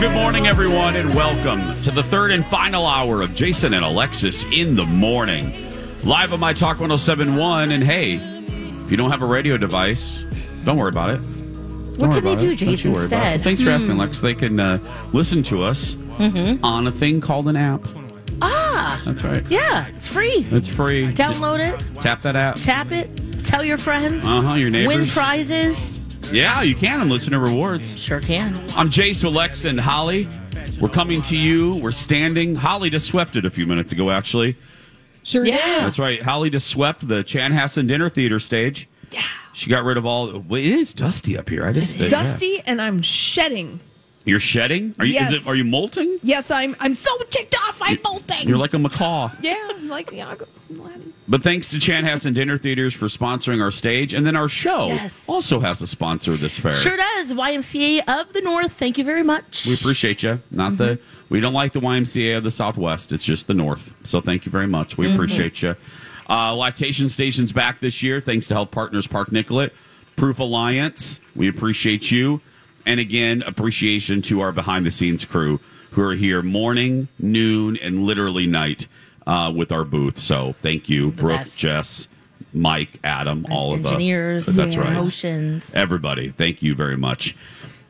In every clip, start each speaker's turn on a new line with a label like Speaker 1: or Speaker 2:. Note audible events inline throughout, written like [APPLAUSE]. Speaker 1: Good morning, everyone, and welcome to the third and final hour of Jason and Alexis in the morning. Live on My Talk 1071. And hey, if you don't have a radio device, don't worry about it. Don't
Speaker 2: What can
Speaker 1: worry
Speaker 2: they do,
Speaker 1: about it. Don't you
Speaker 2: Jason,
Speaker 1: worry about it.
Speaker 2: instead? Hmm.
Speaker 1: Thanks for asking, Lex. They can uh, listen to us
Speaker 2: Mm-hmm.
Speaker 1: on a thing called an app.
Speaker 2: Ah,
Speaker 1: That's right.
Speaker 2: yeah, it's free.
Speaker 1: It's free.
Speaker 2: Download it,
Speaker 1: Tap that app.
Speaker 2: tap it, tell your friends,
Speaker 1: Uh-huh, your
Speaker 2: win
Speaker 1: neighbors.
Speaker 2: prizes.
Speaker 1: yeah, you can and listen to rewards.
Speaker 2: Sure can.
Speaker 1: I'm Jace with Lex and Holly. We're coming to you. We're standing. Holly just swept it a few minutes ago, actually.
Speaker 3: Sure.
Speaker 2: Yeah.
Speaker 1: That's right. Holly just swept the Chanhassen Dinner Theater stage. Yeah. She got rid of all. Well, it is dusty up here. I just think.
Speaker 3: Dusty and I'm shedding.
Speaker 1: You're shedding. Are you? Is
Speaker 3: Yes.
Speaker 1: it? Are you molting?
Speaker 3: Yes, I'm. I'm so ticked off. I'm bolting.
Speaker 1: You're like a macaw.
Speaker 3: yeah, I'm like yeah. I'm glad.
Speaker 1: But thanks to Chanhassen Dinner Theaters for sponsoring our stage, and then our show
Speaker 2: Yes.
Speaker 1: also has a sponsor this fair.
Speaker 2: Sure does. YMCA of the North. Thank you very much. Mm-hmm.
Speaker 1: We appreciate you. Not the we don't like the YMCA of the Southwest. It's just the North. So thank you very much.
Speaker 2: Mm-hmm.
Speaker 1: We appreciate you. Uh, Lactation Station's back this year, thanks to Health Partners Park Nicolet, Proof Alliance. We appreciate you, and again appreciation to our behind the scenes crew who are here morning, noon, and literally night uh, with our booth. So thank you, Brooke,
Speaker 2: best.
Speaker 1: Jess, Mike, Adam, all of us.
Speaker 2: Engineers,
Speaker 1: That's
Speaker 2: yeah.
Speaker 1: right.
Speaker 2: Emotions.
Speaker 1: Everybody, thank you very much.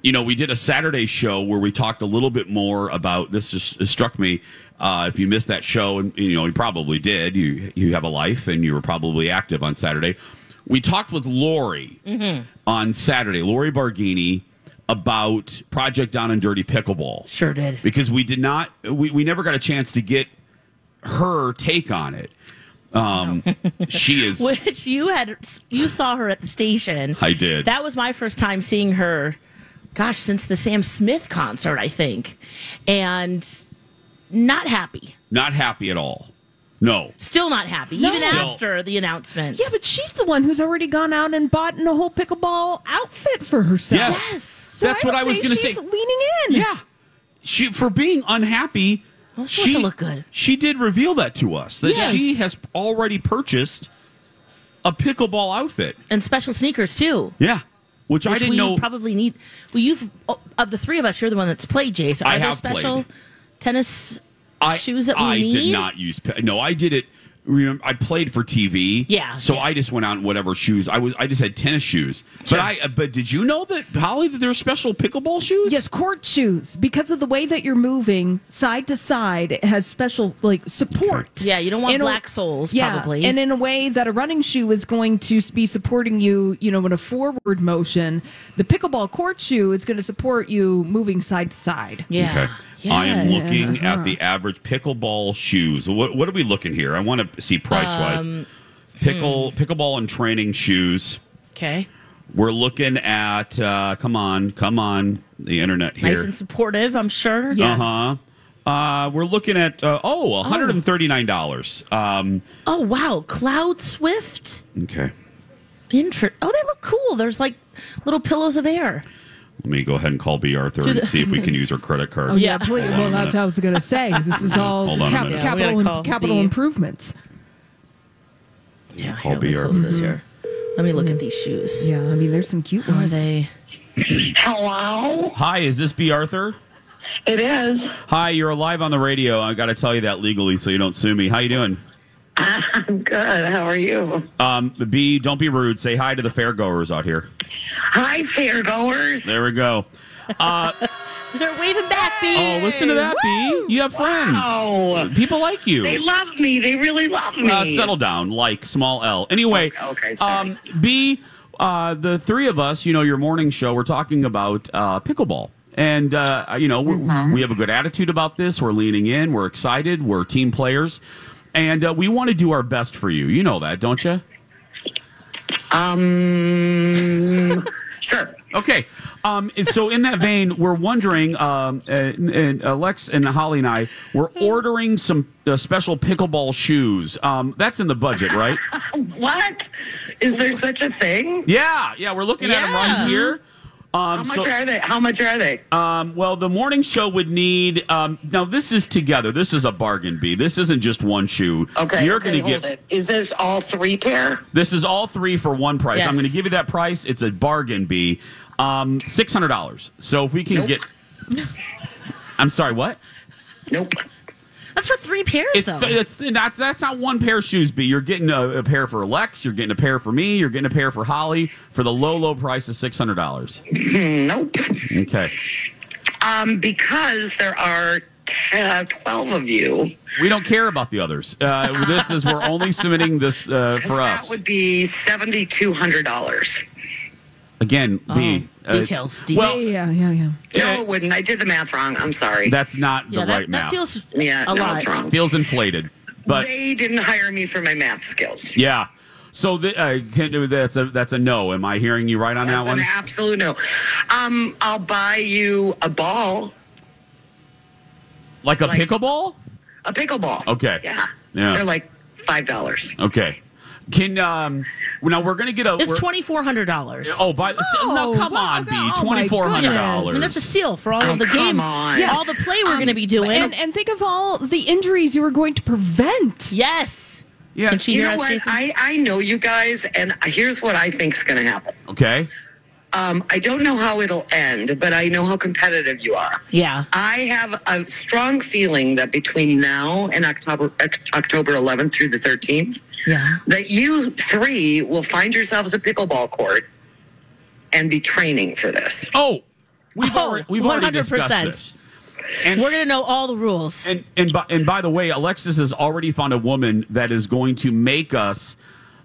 Speaker 1: You know, we did a Saturday show where we talked a little bit more about this. Just it struck me. Uh, if you missed that show, and you know you probably did, you you have a life, and you were probably active on Saturday. We talked with Lori on Saturday, Lori Bargini, about Project Down and Dirty Pickleball
Speaker 2: Sure did.
Speaker 1: because we did not we, we never got a chance to get her take on it. Um, she is
Speaker 2: [LAUGHS] Which you had, you saw her at the station.
Speaker 1: I did.
Speaker 2: That was my first time seeing her. Gosh, since the Sam Smith concert, I think, and not happy.
Speaker 1: not happy at all. No.
Speaker 2: Still not happy, even
Speaker 1: Still.
Speaker 2: after the announcement.
Speaker 3: Yeah, but she's the one who's already gone out and bought a whole pickleball outfit for herself.
Speaker 1: Yes. Yes.
Speaker 3: So
Speaker 1: That's what
Speaker 3: would
Speaker 1: I was gonna
Speaker 3: she's
Speaker 1: say.
Speaker 3: Leaning in.
Speaker 1: Yeah. She for being unhappy.
Speaker 2: Oh, she wants to look good.
Speaker 1: She did reveal that to us that
Speaker 3: Yes.
Speaker 1: she has already purchased a pickleball outfit.
Speaker 2: and special sneakers too.
Speaker 1: Yeah. Which, I
Speaker 2: which
Speaker 1: didn't
Speaker 2: we
Speaker 1: know.
Speaker 2: Probably need. Well, you've oh, of the three of us, you're the one that's played, Jay. So are
Speaker 1: I
Speaker 2: there
Speaker 1: have
Speaker 2: special
Speaker 1: played.
Speaker 2: tennis
Speaker 1: I,
Speaker 2: shoes that we
Speaker 1: I
Speaker 2: need?
Speaker 1: did not use. pe- No, I did it. Remember, I played for TV.
Speaker 2: Yeah,
Speaker 1: So
Speaker 2: yeah.
Speaker 1: I just went out in whatever shoes I was. I just had tennis shoes. But I. But did you know that Holly that there are special pickleball shoes?
Speaker 3: Yes, court shoes because of the way that you're moving side to side it has special like support.
Speaker 2: Yeah, you don't want
Speaker 3: In a-
Speaker 2: black soles,
Speaker 3: yeah,
Speaker 2: probably.
Speaker 3: and in a way that a running shoe is going to be supporting you, you know, in a forward motion. The pickleball court shoe is going to support you moving side to side.
Speaker 2: Yeah.
Speaker 1: Okay. I am
Speaker 2: Yes.
Speaker 1: looking at the average pickleball shoes. What what are we looking here? I want to see price wise. Pickle pickleball and training shoes.
Speaker 2: Okay.
Speaker 1: We're looking at uh, come on, come on, the internet here.
Speaker 2: Nice and supportive, I'm sure.
Speaker 3: Yes.
Speaker 1: Uh-huh. Uh, we're looking at uh, oh, $139. Um,
Speaker 2: Oh wow, Cloud Swift.
Speaker 1: okay.
Speaker 2: Intro. Oh, they look cool. There's like little pillows of air.
Speaker 1: Let me go ahead and call B Arthur
Speaker 2: To
Speaker 1: and
Speaker 2: the-
Speaker 1: see if we can use her credit card.
Speaker 3: Oh
Speaker 2: Yeah.
Speaker 3: yeah, please. Well, that's what I was going
Speaker 2: [LAUGHS]
Speaker 3: to say. This is all
Speaker 1: Hold on a
Speaker 3: cap-
Speaker 1: minute.
Speaker 2: Yeah, we
Speaker 3: capital
Speaker 2: gotta call
Speaker 3: capital
Speaker 2: the-
Speaker 3: improvements.
Speaker 2: Yeah.
Speaker 1: I'll
Speaker 2: Here, let
Speaker 1: be Mm-hmm.
Speaker 2: me
Speaker 1: your-
Speaker 2: close this here. Let me look at these shoes.
Speaker 3: Yeah, I mean, there's some cute
Speaker 2: Are
Speaker 3: ones.
Speaker 2: they?
Speaker 4: Hello?
Speaker 1: Hi, is this B Arthur?
Speaker 4: It is.
Speaker 1: Hi, you're live on the radio. I got to tell you that legally so you don't sue me. How you doing?
Speaker 4: I'm good. How are you?
Speaker 1: Um, B, don't be rude. Say hi to the fairgoers out here.
Speaker 4: Hi, fairgoers.
Speaker 1: There we go. Uh,
Speaker 2: They're waving back, B.
Speaker 1: Oh, listen to that, B. You have friends.
Speaker 4: Wow.
Speaker 1: People like you.
Speaker 4: They love me. They really love me.
Speaker 1: uh, settle down, like small L. Anyway, um,
Speaker 4: Okay, okay, sorry.
Speaker 1: B, uh, the three of us, you know, your morning show, we're talking about uh, pickleball. And, uh, you know, we we have a good attitude about this. We're leaning in. We're excited. We're team players. And uh, we want to do our best for you. You know that, don't you?
Speaker 4: Um, sure.
Speaker 1: Okay. Um, and so, in that vein, we're wondering, um, and, and uh, Lex and Holly and I, we're
Speaker 4: Hmm.
Speaker 1: ordering some uh, special pickleball shoes. Um, that's in the budget,
Speaker 4: [LAUGHS]
Speaker 1: right?
Speaker 4: What? Is there such a thing?
Speaker 1: Yeah, yeah, we're looking at them
Speaker 2: Yeah.
Speaker 1: right here.
Speaker 4: How
Speaker 1: Um,
Speaker 4: much
Speaker 1: so,
Speaker 4: are they? How much are they?
Speaker 1: um, well, the morning show would need. Um, now, this is together. This is a bargain, B. This isn't just one shoe.
Speaker 4: okay.
Speaker 1: you're
Speaker 4: okay,
Speaker 1: going
Speaker 4: hold
Speaker 1: to get.
Speaker 4: it. Is this all three pair?
Speaker 1: This is all three for one price. I'm
Speaker 2: Yes.
Speaker 1: going to give you that price. It's a bargain, B. Um, Six hundred dollars. So if we can get. I'm sorry. What?
Speaker 4: Nope.
Speaker 2: That's for three pairs,
Speaker 1: It's,
Speaker 2: though.
Speaker 1: it's that's that's not one pair of shoes, B. You're getting a, a pair for Lex. You're getting a pair for me. You're getting a pair for Holly for the low low price of six hundred dollars.
Speaker 4: Nope.
Speaker 1: Okay.
Speaker 4: Um, because there are t- uh, 12 of you.
Speaker 1: We don't care about the others. Uh, this is we're only submitting this uh, for
Speaker 4: that
Speaker 1: us.
Speaker 4: would be $7,200.
Speaker 1: Again, B uh,
Speaker 2: Oh, details,
Speaker 1: Well,
Speaker 2: details.
Speaker 3: yeah, yeah, yeah.
Speaker 4: No,
Speaker 1: eh,
Speaker 4: it wouldn't. I did the math wrong. I'm sorry.
Speaker 1: that's not
Speaker 2: yeah,
Speaker 1: the
Speaker 2: that,
Speaker 1: right
Speaker 2: that
Speaker 1: math. Feels,
Speaker 2: feels
Speaker 4: yeah,
Speaker 2: a
Speaker 4: no,
Speaker 2: lot.
Speaker 4: it's wrong.
Speaker 1: inflated, but
Speaker 4: they didn't hire me for my math skills.
Speaker 1: yeah. So the, uh, can, do- that's a that's a no. Am I hearing you right on
Speaker 4: That's
Speaker 1: that one?
Speaker 4: an absolute no. Um, I'll buy you a ball,
Speaker 1: like a
Speaker 4: like-
Speaker 1: pickleball?
Speaker 4: a pickleball.
Speaker 1: Okay.
Speaker 4: Yeah.
Speaker 1: Yeah.
Speaker 4: They're like five dollars.
Speaker 1: Okay. Can um now we're gonna get a
Speaker 2: It's
Speaker 1: we're-
Speaker 2: twenty four hundred dollars.
Speaker 1: Oh, by the no,
Speaker 3: Oh,
Speaker 1: come
Speaker 3: wow,
Speaker 1: on, B,
Speaker 3: oh my
Speaker 1: twenty four hundred
Speaker 2: I mean, that's a
Speaker 1: dollars.
Speaker 2: steal for all
Speaker 4: Oh,
Speaker 2: of the
Speaker 4: come
Speaker 2: game,
Speaker 4: on.
Speaker 2: all the play we're going to be doing.
Speaker 3: And and think of all the injuries you were going to prevent.
Speaker 2: yes,
Speaker 1: Yeah.
Speaker 2: Can she
Speaker 4: You
Speaker 2: hear
Speaker 4: know
Speaker 2: us,
Speaker 4: what?
Speaker 2: Jason?
Speaker 4: I, I know you guys, and here's what I think's going to happen.
Speaker 1: Okay.
Speaker 4: Um, I don't know how it'll end, but I know how competitive you are.
Speaker 2: yeah,
Speaker 4: I have a strong feeling that between now and October Oc- October 11th through the 13th,
Speaker 2: yeah.
Speaker 4: that you three will find yourselves a pickleball court and be training for this.
Speaker 1: Oh, we've
Speaker 2: Oh,
Speaker 1: already we've already discussed
Speaker 2: 100%.
Speaker 1: this. And
Speaker 2: We're going to know all the rules.
Speaker 1: And and by, and by the way, Alexis has already found a woman that is going to make us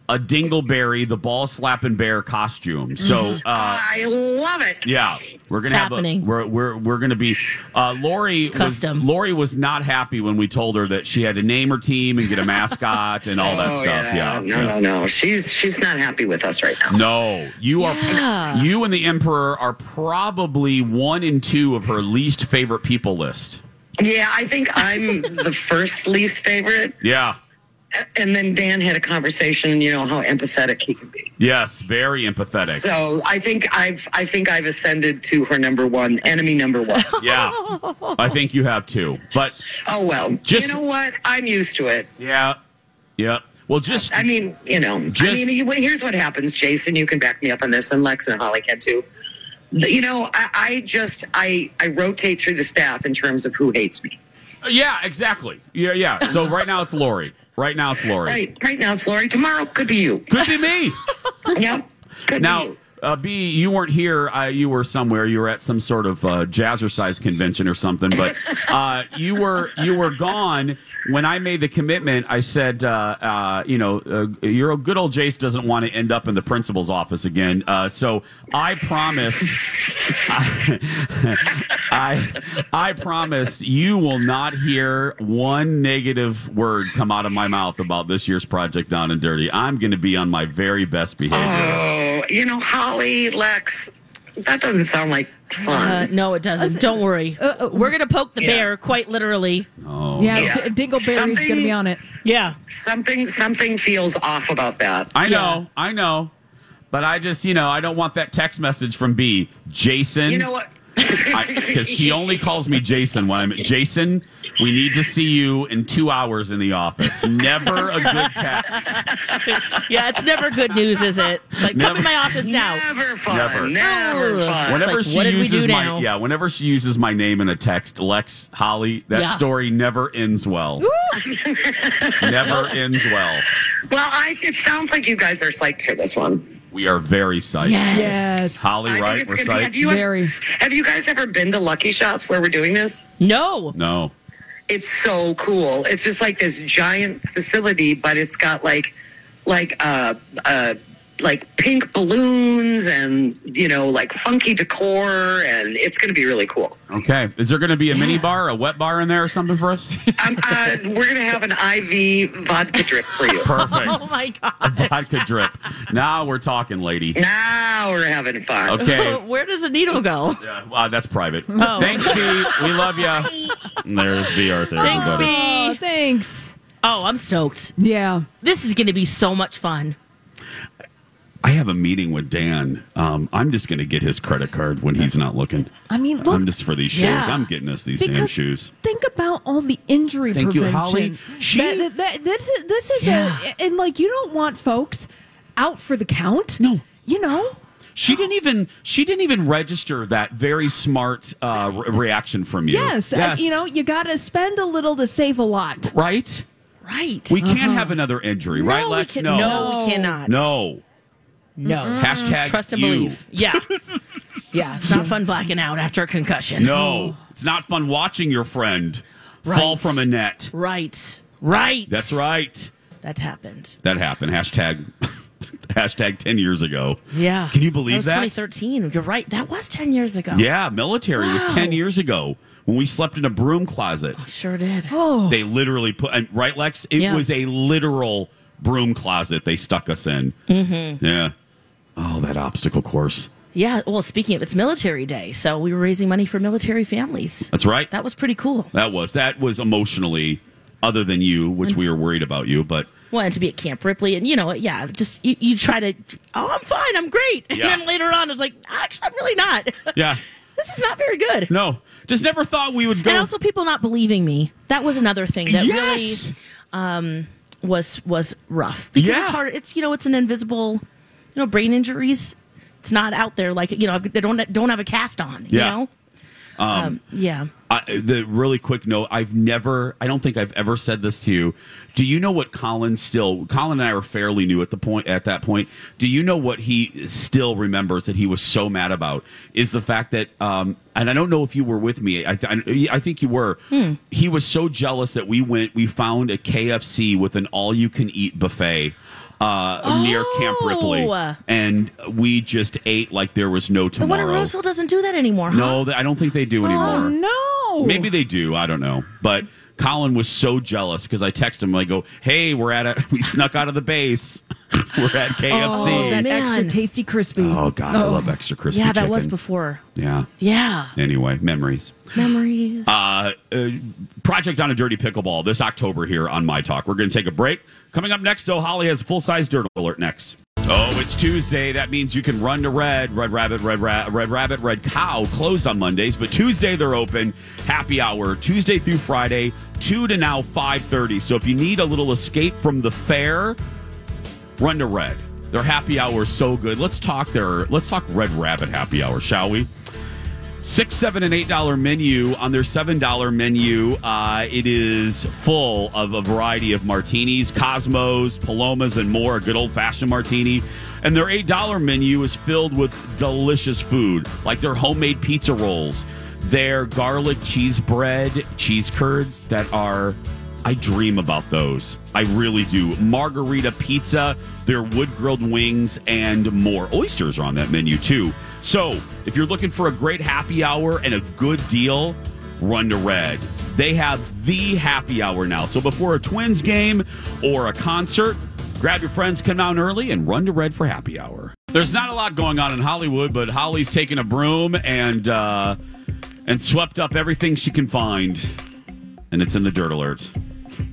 Speaker 1: a Dingleberry the ball slapping bear costume.
Speaker 2: [LAUGHS]
Speaker 1: So uh,
Speaker 4: I love it.
Speaker 1: yeah, we're gonna
Speaker 2: It's
Speaker 1: have a,
Speaker 2: happening.
Speaker 1: we're we're we're gonna be uh, Lori Was,
Speaker 2: Custom.
Speaker 1: Lori was not happy when we told her that she had to name her team and get a mascot and all that
Speaker 4: Oh,
Speaker 1: stuff. Yeah.
Speaker 4: No, no, no. She's she's not happy with us right now.
Speaker 1: No, you are you and the emperor are probably one and two of her least favorite people list.
Speaker 4: Yeah, I think I'm the first least favorite.
Speaker 1: Yeah.
Speaker 4: And then Dan had a conversation, you know, how empathetic he can be.
Speaker 1: Yes, very empathetic.
Speaker 4: So I think I've I think I've ascended to her number one, enemy
Speaker 1: [LAUGHS]
Speaker 4: number one.
Speaker 1: Yeah. I think you have too. But
Speaker 4: Oh well.
Speaker 1: Just-
Speaker 4: you know what? I'm used to it.
Speaker 1: yeah. Yeah. Well, just
Speaker 4: I mean, you know, I
Speaker 1: Just-
Speaker 4: mean, you- well, here's what happens, Jason. You can back me up on this, and Lex and Holly can too. The- You know, I, I just I I rotate through the staff in terms of who hates me.
Speaker 1: yeah, exactly. Yeah, yeah. So right now it's Lori. Right now it's Lori.
Speaker 4: Right, right now it's Lori. Tomorrow could be you.
Speaker 1: Could be me.
Speaker 4: [LAUGHS] yep. Could be
Speaker 1: Now,
Speaker 4: you.
Speaker 1: uh, B, you weren't here. Uh, you were somewhere. You were at some sort of uh, jazzercise convention or something.
Speaker 4: [LAUGHS]
Speaker 1: But uh, you were you were gone when I made the commitment. I said, uh, uh, you know, uh, your good old Jace doesn't want to end up in the principal's office again. Uh, so I promised. [LAUGHS] I I promised you will not hear one negative word come out of my mouth about this year's project down and dirty. I'm going to be on my very best behavior.
Speaker 4: Oh, you know, Holly, Lex, that doesn't sound like
Speaker 2: Uh,
Speaker 4: fun.
Speaker 2: no, it doesn't. Don't worry. We're going to poke the
Speaker 4: Yeah.
Speaker 2: bear, quite literally.
Speaker 1: Oh,
Speaker 3: Yeah,
Speaker 4: Yeah.
Speaker 3: D- Dingleberry's
Speaker 4: Something-
Speaker 3: going to be on it.
Speaker 2: Yeah.
Speaker 4: something something feels off about that.
Speaker 1: I know, I know. But I just, you know, I don't want that text message from B, Jason.
Speaker 4: You know what?
Speaker 1: Because
Speaker 4: [LAUGHS]
Speaker 1: she only calls me Jason when I'm Jason. We need to see you in two hours in the office. Never a good text.
Speaker 2: Yeah, it's never good news, is it? It's like, come
Speaker 1: Never.
Speaker 2: to my office now.
Speaker 4: Never fun.
Speaker 1: Never.
Speaker 4: Never,
Speaker 2: Oh.
Speaker 4: fun.
Speaker 1: Whenever
Speaker 2: like,
Speaker 1: she
Speaker 2: what did we
Speaker 1: uses
Speaker 2: do
Speaker 1: my
Speaker 2: now?
Speaker 1: yeah, whenever she uses my name in a text, Lex Holly, that
Speaker 2: Yeah.
Speaker 1: story never ends well. never ends well.
Speaker 4: Well, I, it sounds like you guys are psyched for this one.
Speaker 1: We are very psyched.
Speaker 2: Yes.
Speaker 3: Yes.
Speaker 1: Holly,
Speaker 4: I
Speaker 1: right?
Speaker 4: think
Speaker 1: We're
Speaker 4: it's gonna be. Have
Speaker 1: psyched.
Speaker 4: you,
Speaker 3: Very.
Speaker 4: have you guys ever been to Lucky Shots where we're doing this?
Speaker 2: No.
Speaker 1: No.
Speaker 4: it's so cool. It's just like this giant facility, but it's got like like uh uh like pink balloons and you know like funky decor and it's going to be really cool.
Speaker 1: Okay. Is there going to be a mini bar, a wet bar in there or something for us?
Speaker 4: Um, uh, we're going to have an IV vodka drip for you.
Speaker 2: Oh
Speaker 1: Perfect.
Speaker 2: my god.
Speaker 1: Vodka drip. Now we're talking, lady.
Speaker 4: Now we're having fun.
Speaker 1: Okay.
Speaker 2: [LAUGHS] Where does the needle go?
Speaker 1: Yeah, well, that's private. Thanks, B. We love you. There's B. Arthur.
Speaker 2: Thanks,
Speaker 1: everybody.
Speaker 3: Oh,
Speaker 2: B.
Speaker 3: thanks.
Speaker 2: Oh, I'm stoked.
Speaker 3: Yeah.
Speaker 2: This is going to be so much fun.
Speaker 1: I have a meeting with Dan. Um, I'm just going to get his credit card when he's not looking.
Speaker 3: I mean, look.
Speaker 1: I'm just for these shoes.
Speaker 2: Yeah.
Speaker 1: I'm getting us these damn
Speaker 3: because
Speaker 1: shoes.
Speaker 3: think about all the injury
Speaker 1: Thank you,
Speaker 3: prevention.
Speaker 1: Holly. She-
Speaker 3: That- that- that- this is this is
Speaker 2: Yeah.
Speaker 3: a and like you don't want folks out for the count.
Speaker 1: No.
Speaker 3: you know.
Speaker 1: She didn't even she didn't even register that very smart uh, re- reaction from you.
Speaker 3: Yes, uh, you know you got to spend a little to save a lot.
Speaker 1: right?
Speaker 2: Right.
Speaker 1: We can't have another injury, right,
Speaker 2: no,
Speaker 1: Lex?
Speaker 2: we can,
Speaker 1: no,
Speaker 2: we cannot.
Speaker 1: no.
Speaker 2: No.
Speaker 1: Hashtag
Speaker 2: Trust and
Speaker 1: you.
Speaker 2: believe.
Speaker 1: [LAUGHS]
Speaker 2: Yeah. yeah. It's not fun blacking out after a concussion.
Speaker 1: No, it's not fun watching your friend fall
Speaker 2: Right.
Speaker 1: from a net.
Speaker 2: Right. Right.
Speaker 1: That's right.
Speaker 2: That happened.
Speaker 1: That happened. Hashtag [LAUGHS] hashtag ten years ago.
Speaker 2: Yeah.
Speaker 1: Can you believe
Speaker 2: that?
Speaker 1: that?
Speaker 2: Was 2013. You're right. That was 10 years ago.
Speaker 1: Yeah, military was ten
Speaker 2: Wow.
Speaker 1: years ago when we slept in a broom closet.
Speaker 2: Sure did. Oh.
Speaker 1: They literally put and right, Lex. It
Speaker 2: Yeah.
Speaker 1: was a literal broom closet they stuck us in. Mm-hmm. Yeah. Oh, that obstacle course.
Speaker 2: Yeah. Well, speaking of, it's military day. So we were raising money for military families.
Speaker 1: That's right.
Speaker 2: That was pretty cool.
Speaker 1: That was that was emotionally other than you, which we were worried about you, but
Speaker 2: Wanted to be at Camp Ripley. And, you know, yeah, just you, you try to, oh, I'm fine. I'm great. And
Speaker 1: Yeah.
Speaker 2: then later on, it's like, actually, I'm really not. [LAUGHS]
Speaker 1: yeah.
Speaker 2: this is not very good.
Speaker 1: No. Just never thought we would go
Speaker 2: and also people not believing me that was another thing that
Speaker 1: Yes.
Speaker 2: really um, was was rough because
Speaker 1: Yeah.
Speaker 2: it's hard it's you know it's an invisible you know brain injuries it's not out there like you know I've- they don't don't have a cast on you
Speaker 1: Yeah.
Speaker 2: know um, yeah
Speaker 1: I, the really quick note I've never, I don't think I've ever said this to you. Do you know what Colin still, Colin and I were fairly new at the point, at that point. Do you know what he still remembers that he was so mad about is the fact that, um, and I don't know if you were with me. I, I, I think you were.
Speaker 2: Hmm.
Speaker 1: He was so jealous that we went, we found a KFC with an all you can eat buffet. Uh, near Camp Ripley,
Speaker 2: Oh.
Speaker 1: and we just ate like there was no
Speaker 2: the one in Oh,
Speaker 1: tomorrow.
Speaker 2: Roseville doesn't do that anymore huh?
Speaker 1: no, I don't think they do anymore.
Speaker 3: Oh, No,
Speaker 1: Maybe they do. I don't know. But Colin was so jealous because I text him. I go, "Hey, we're at a. [LAUGHS] We snuck out of the base. [LAUGHS] we're at
Speaker 3: Oh, that
Speaker 1: KFC.
Speaker 2: man.
Speaker 3: extra tasty crispy.
Speaker 1: Oh, God, I love extra crispy.
Speaker 2: yeah that was
Speaker 1: chicken.
Speaker 2: before
Speaker 1: Yeah.
Speaker 2: yeah
Speaker 1: Anyway, memories.
Speaker 2: memories
Speaker 1: Uh, uh, Project on a Dirty Pickleball this October here on My Talk. We're going to take a break. Coming up next, though, Holly has a full size dirt alert next. Oh, it's Tuesday. That means you can run to Red, Red Rabbit, Red, Ra- Red Rabbit, Red Cow closed on Mondays, but Tuesday they're open. Happy hour Tuesday through Friday, two to now five thirty. So if you need a little escape from the fair, run to Red. Their happy hour is so good. Let's talk their let's talk Red Rabbit happy hour, shall we? six, seven, and eight dollar menu. On their seven dollar menu, uh, it is full of a variety of martinis, Cosmos, Palomas, and more. A good old fashioned martini. And their eight dollar menu is filled with delicious food, like their homemade pizza rolls, their garlic cheese bread, cheese curds that are. I dream about those. I really do. Margarita pizza, their wood grilled wings, and more. Oysters are on that menu too. So if you're looking for a great happy hour and a good deal, run to Red. They have the happy hour now. So before a Twins game or a concert, grab your friends, come down early, and run to Red for happy hour. There's not a lot going on in Hollywood, but Holly's taken a broom and uh, and swept up everything she can find, and it's in the dirt alert.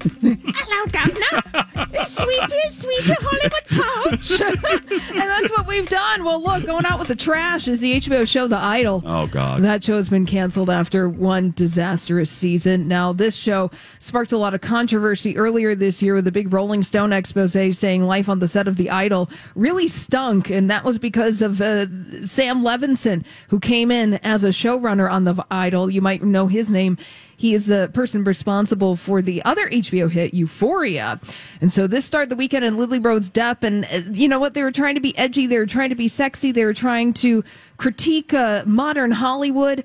Speaker 3: Hello, Governor. sweep your, sweep your Hollywood pouch. [LAUGHS] and that's what we've done. Well, look, going out with the trash is the HBO show The Idol.
Speaker 1: Oh, God.
Speaker 3: That show's been canceled after one disastrous season. Now, this show sparked a lot of controversy earlier this year with a big Rolling Stone expose saying life on the set of The Idol really stunk. And that was because of uh, Sam Levinson, who came in as a showrunner on The Idol. You might know his name. He is the person responsible for the other HBO hit, Euphoria. And so this started the weekend in Lily Rhodes Depp. And uh, you know what? They were trying to be edgy. They were trying to be sexy. They were trying to critique uh, modern Hollywood.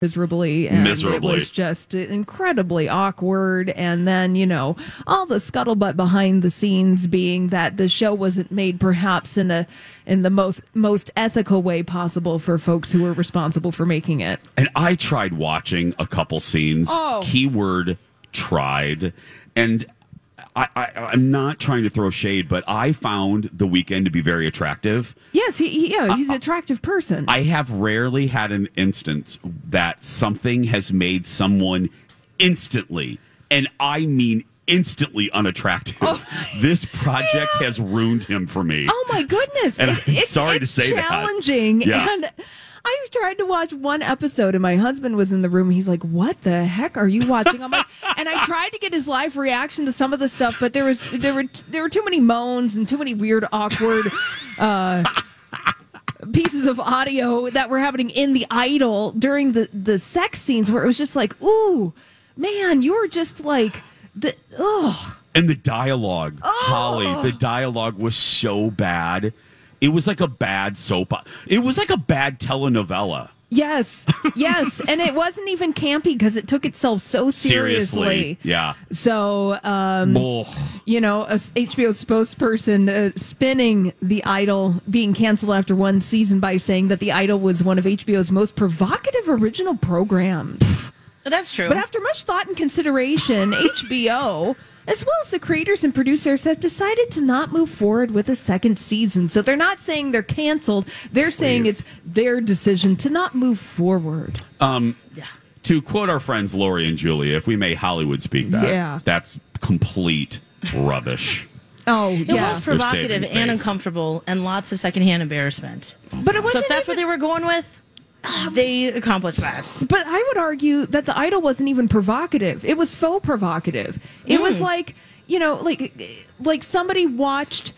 Speaker 3: miserably and
Speaker 1: Miserably.
Speaker 3: it was just incredibly awkward and then you know all the scuttlebutt behind the scenes being that the show wasn't made perhaps in a in the most most ethical way possible for folks who were responsible for making it
Speaker 1: And I tried watching a couple scenes.
Speaker 3: Oh.
Speaker 1: Keyword tried. And I, I, I'm not trying to throw shade, but I found the weekend to be very attractive.
Speaker 3: yes he, he-
Speaker 1: [LAUGHS]
Speaker 3: yeah he's an attractive person
Speaker 1: I have rarely had an instance that something has made someone instantly, and I mean instantly unattractive. [LAUGHS] This project has ruined him for me.
Speaker 3: Oh my goodness!
Speaker 1: And I'm
Speaker 3: it's,
Speaker 1: sorry to
Speaker 3: it's
Speaker 1: say that.
Speaker 3: challenging.
Speaker 1: Yeah.
Speaker 3: And I've tried to watch one episode, and my husband was in the room. He's like, "What the heck are you
Speaker 1: [LAUGHS]
Speaker 3: watching?" I'm like, and I tried to get his live reaction to some of the stuff, but there was there were there were too many moans and too many weird,
Speaker 1: [LAUGHS]
Speaker 3: awkward. Uh, pieces of audio that were happening in the idol during the the sex scenes where it was just like ooh man you're just like the ugh
Speaker 1: And the dialogue, Holly,
Speaker 3: Oh.
Speaker 1: the dialogue was so bad. It was like a bad soap. o- It was like a bad telenovela.
Speaker 3: Yes, yes, and it wasn't even campy because it took itself so seriously.
Speaker 1: Yeah.
Speaker 3: So, um,
Speaker 1: Ugh.
Speaker 3: you know, a s- HBO spokesperson uh, spinning the Idol being canceled after one season by saying that the Idol was one of HBO's most provocative original programs.
Speaker 2: That's true.
Speaker 3: But after much thought and consideration, HBO, as well as the creators and producers, have decided to not move forward with a second season. So they're not saying they're canceled. They're saying it's their decision to not move forward.
Speaker 1: To quote our friends Lori and Julia, if we may Hollywood speak that,
Speaker 3: Yeah.
Speaker 1: that's complete rubbish.
Speaker 3: Oh,
Speaker 2: it
Speaker 3: yeah.
Speaker 2: was provocative
Speaker 1: saving face.
Speaker 2: and
Speaker 1: Oh.
Speaker 2: uncomfortable and lots of secondhand embarrassment.
Speaker 3: but it wasn't.
Speaker 2: so if that's what
Speaker 3: even-
Speaker 2: they were going with, they accomplished that.
Speaker 3: but I would argue that the idol wasn't even provocative. It was faux provocative. It was like you know, like like somebody watched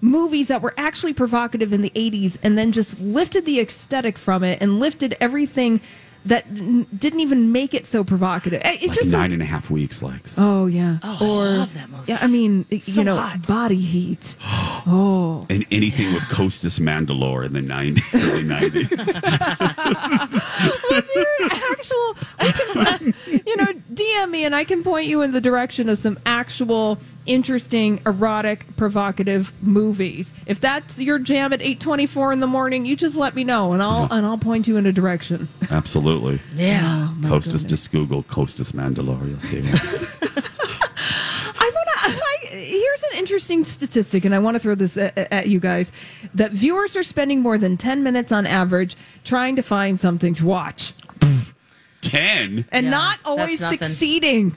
Speaker 3: movies that were actually provocative in the '80s, and then just lifted the aesthetic from it and lifted everything that n- didn't even make it so provocative. It, [LAUGHS] it
Speaker 1: Like
Speaker 3: just
Speaker 1: nine and a half weeks, Lex.
Speaker 3: oh yeah,
Speaker 2: Oh, I love that movie.
Speaker 3: yeah. I mean,
Speaker 2: So
Speaker 3: you know,
Speaker 2: hot.
Speaker 3: body heat.
Speaker 1: and anything with Costas Mandalore in the 90s, [LAUGHS] early
Speaker 3: [LAUGHS]
Speaker 1: 90s.
Speaker 3: actual I can, uh, you know dm me and i can point you in the direction of some actual interesting erotic provocative movies if that's your jam at 8.24 in the morning you just let me know and i'll and i'll point you in a direction
Speaker 1: Absolutely.
Speaker 2: Yeah.
Speaker 3: Oh
Speaker 1: Costas, just Google Costas Mandalore. You'll see it. [LAUGHS]
Speaker 3: I want to. Here's an interesting statistic, and I want to throw this at, at you guys: that viewers are spending more than 10 minutes on average trying to find something to watch,
Speaker 1: 10.
Speaker 3: and
Speaker 2: Yeah,
Speaker 3: not
Speaker 2: that's
Speaker 3: always
Speaker 2: nothing.
Speaker 3: succeeding.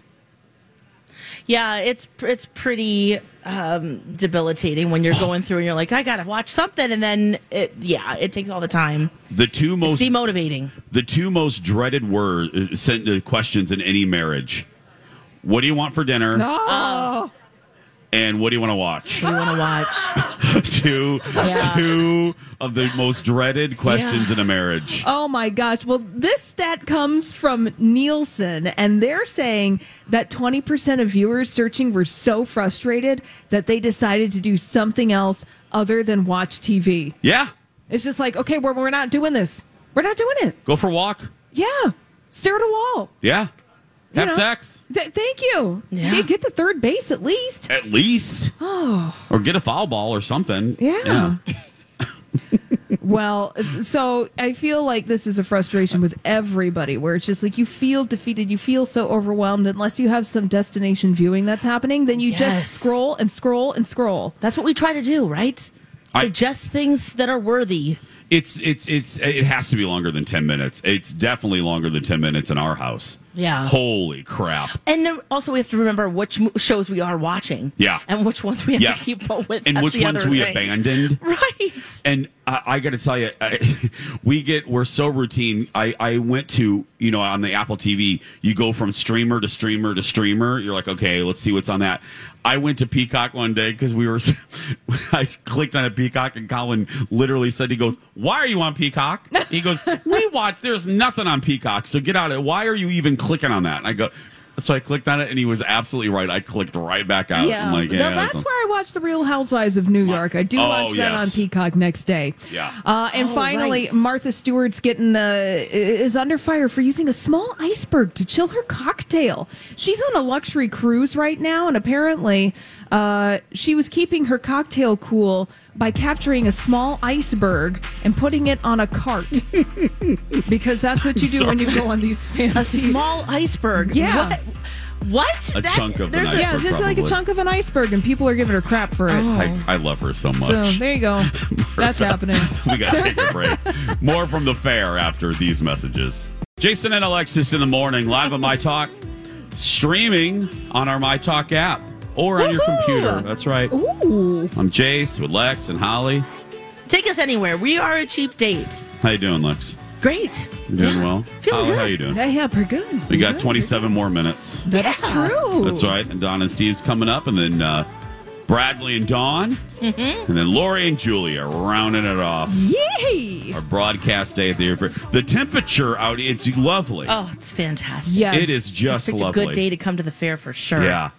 Speaker 2: Yeah, it's it's pretty um,
Speaker 1: [SIGHS]
Speaker 2: debilitating when you're going through and you're like, I gotta watch something, and then it, yeah, it takes all the time.
Speaker 1: The two
Speaker 2: It's
Speaker 1: most
Speaker 2: demotivating.
Speaker 1: the two most dreaded words sent uh, questions in any marriage. What do you want for dinner?
Speaker 3: Oh,
Speaker 1: And what do you want to
Speaker 2: [LAUGHS]
Speaker 1: watch?
Speaker 2: You want to watch?
Speaker 1: two
Speaker 2: Yeah.
Speaker 1: two of the most dreaded questions
Speaker 2: Yeah.
Speaker 1: in a marriage.
Speaker 3: Oh my gosh. Well, this stat comes from Nielsen, and they're saying that 20% of viewers searching were so frustrated that they decided to do something else other than watch TV.
Speaker 1: Yeah.
Speaker 3: It's just like, okay, we're, we're not doing this. We're not doing it.
Speaker 1: Go for a walk.
Speaker 3: Yeah. Stare at a wall.
Speaker 1: Yeah.
Speaker 3: you
Speaker 1: Have
Speaker 3: know.
Speaker 1: sex.
Speaker 3: Th- thank you.
Speaker 2: Yeah.
Speaker 3: Get- Get to third base at least.
Speaker 1: At least.
Speaker 2: Oh.
Speaker 1: Or get a foul ball or something.
Speaker 3: Yeah. Well, so I feel like this is a frustration with everybody where it's just like you feel defeated, you feel so overwhelmed. Unless you have some destination viewing that's happening, then you
Speaker 2: Yes.
Speaker 3: just scroll and scroll and scroll.
Speaker 2: That's what we try to do, right?
Speaker 1: I-
Speaker 2: Suggest things that are worthy.
Speaker 1: It's it's it's it has to be longer than ten minutes. It's definitely longer than ten minutes in our house.
Speaker 2: Yeah.
Speaker 1: Holy
Speaker 2: [LAUGHS]
Speaker 1: crap.
Speaker 2: And then also, we have to remember which mo- shows we are watching.
Speaker 1: Yeah.
Speaker 2: And which ones we have
Speaker 1: Yes.
Speaker 2: to keep up with.
Speaker 1: And
Speaker 2: That's
Speaker 1: which
Speaker 2: the
Speaker 1: ones
Speaker 2: other
Speaker 1: we
Speaker 2: thing.
Speaker 1: abandoned.
Speaker 2: Right.
Speaker 1: And I, I got to tell you, I, [LAUGHS] we get we're so routine. I I went to you know on the Apple TV, you go from streamer to streamer to streamer. You're like, okay, let's see what's on that. I went to Peacock one day because we were. [LAUGHS] I clicked on a Peacock and Colin literally said, "He goes, why are you on Peacock?" He goes, "We watch. There's nothing on Peacock, so get out of it. Why are you even clicking on that?" And I go. So I clicked on it, and he was absolutely right. I clicked right back out. I'm like, yeah,
Speaker 3: now that's
Speaker 1: so-
Speaker 3: where I watch The Real Housewives of New York. I do
Speaker 1: Oh,
Speaker 3: watch that
Speaker 1: yes.
Speaker 3: on Peacock next day.
Speaker 1: Yeah.
Speaker 3: Uh, and
Speaker 2: Oh,
Speaker 3: finally,
Speaker 2: right.
Speaker 3: Martha Stewart's getting uh, is under fire for using a small iceberg to chill her cocktail. She's on a luxury cruise right now, and apparently, uh, she was keeping her cocktail cool by capturing a small iceberg and putting it on
Speaker 2: [LAUGHS]
Speaker 3: a cart because that's what you do when you go on these
Speaker 2: A
Speaker 3: fancy
Speaker 2: small iceberg.
Speaker 3: Yeah.
Speaker 2: What? what?
Speaker 1: A chunk of an
Speaker 2: there's a-
Speaker 3: yeah,
Speaker 1: iceberg,
Speaker 3: just like a
Speaker 1: probably.
Speaker 3: chunk of an iceberg, and people are giving her crap for it.
Speaker 1: I, I love her so much.
Speaker 3: So
Speaker 1: [LAUGHS]
Speaker 3: there you go. That's happening.
Speaker 1: we got to take a break. More from the fair after these messages. Jason and Alexis in the morning, live on My Talk, streaming on our My Talk app or on your
Speaker 3: Woohoo!
Speaker 1: computer. That's right.
Speaker 3: Ooh.
Speaker 1: I'm Jace with Lex and Holly.
Speaker 2: Take us anywhere. We are a cheap date.
Speaker 1: How you doing, Lex?
Speaker 2: Great.
Speaker 1: You doing well?
Speaker 2: Feeling
Speaker 1: Holly,
Speaker 2: good.
Speaker 1: How you doing?
Speaker 3: Yeah, yeah, pretty good.
Speaker 1: We got 27 more minutes.
Speaker 3: That's true.
Speaker 1: That's right. And Don and Steve's coming up, and then uh, Bradley and Dawn,
Speaker 3: Mm-hmm.
Speaker 1: and then Lori and Julia rounding it off.
Speaker 3: Yay!
Speaker 1: Our broadcast day at the airport. The temperature out, it's lovely.
Speaker 2: Oh, it's fantastic.
Speaker 3: Yes.
Speaker 1: It is just
Speaker 2: It's a
Speaker 1: lovely.
Speaker 2: good day to come to Mm-hmm. the fair for sure.
Speaker 1: Yeah.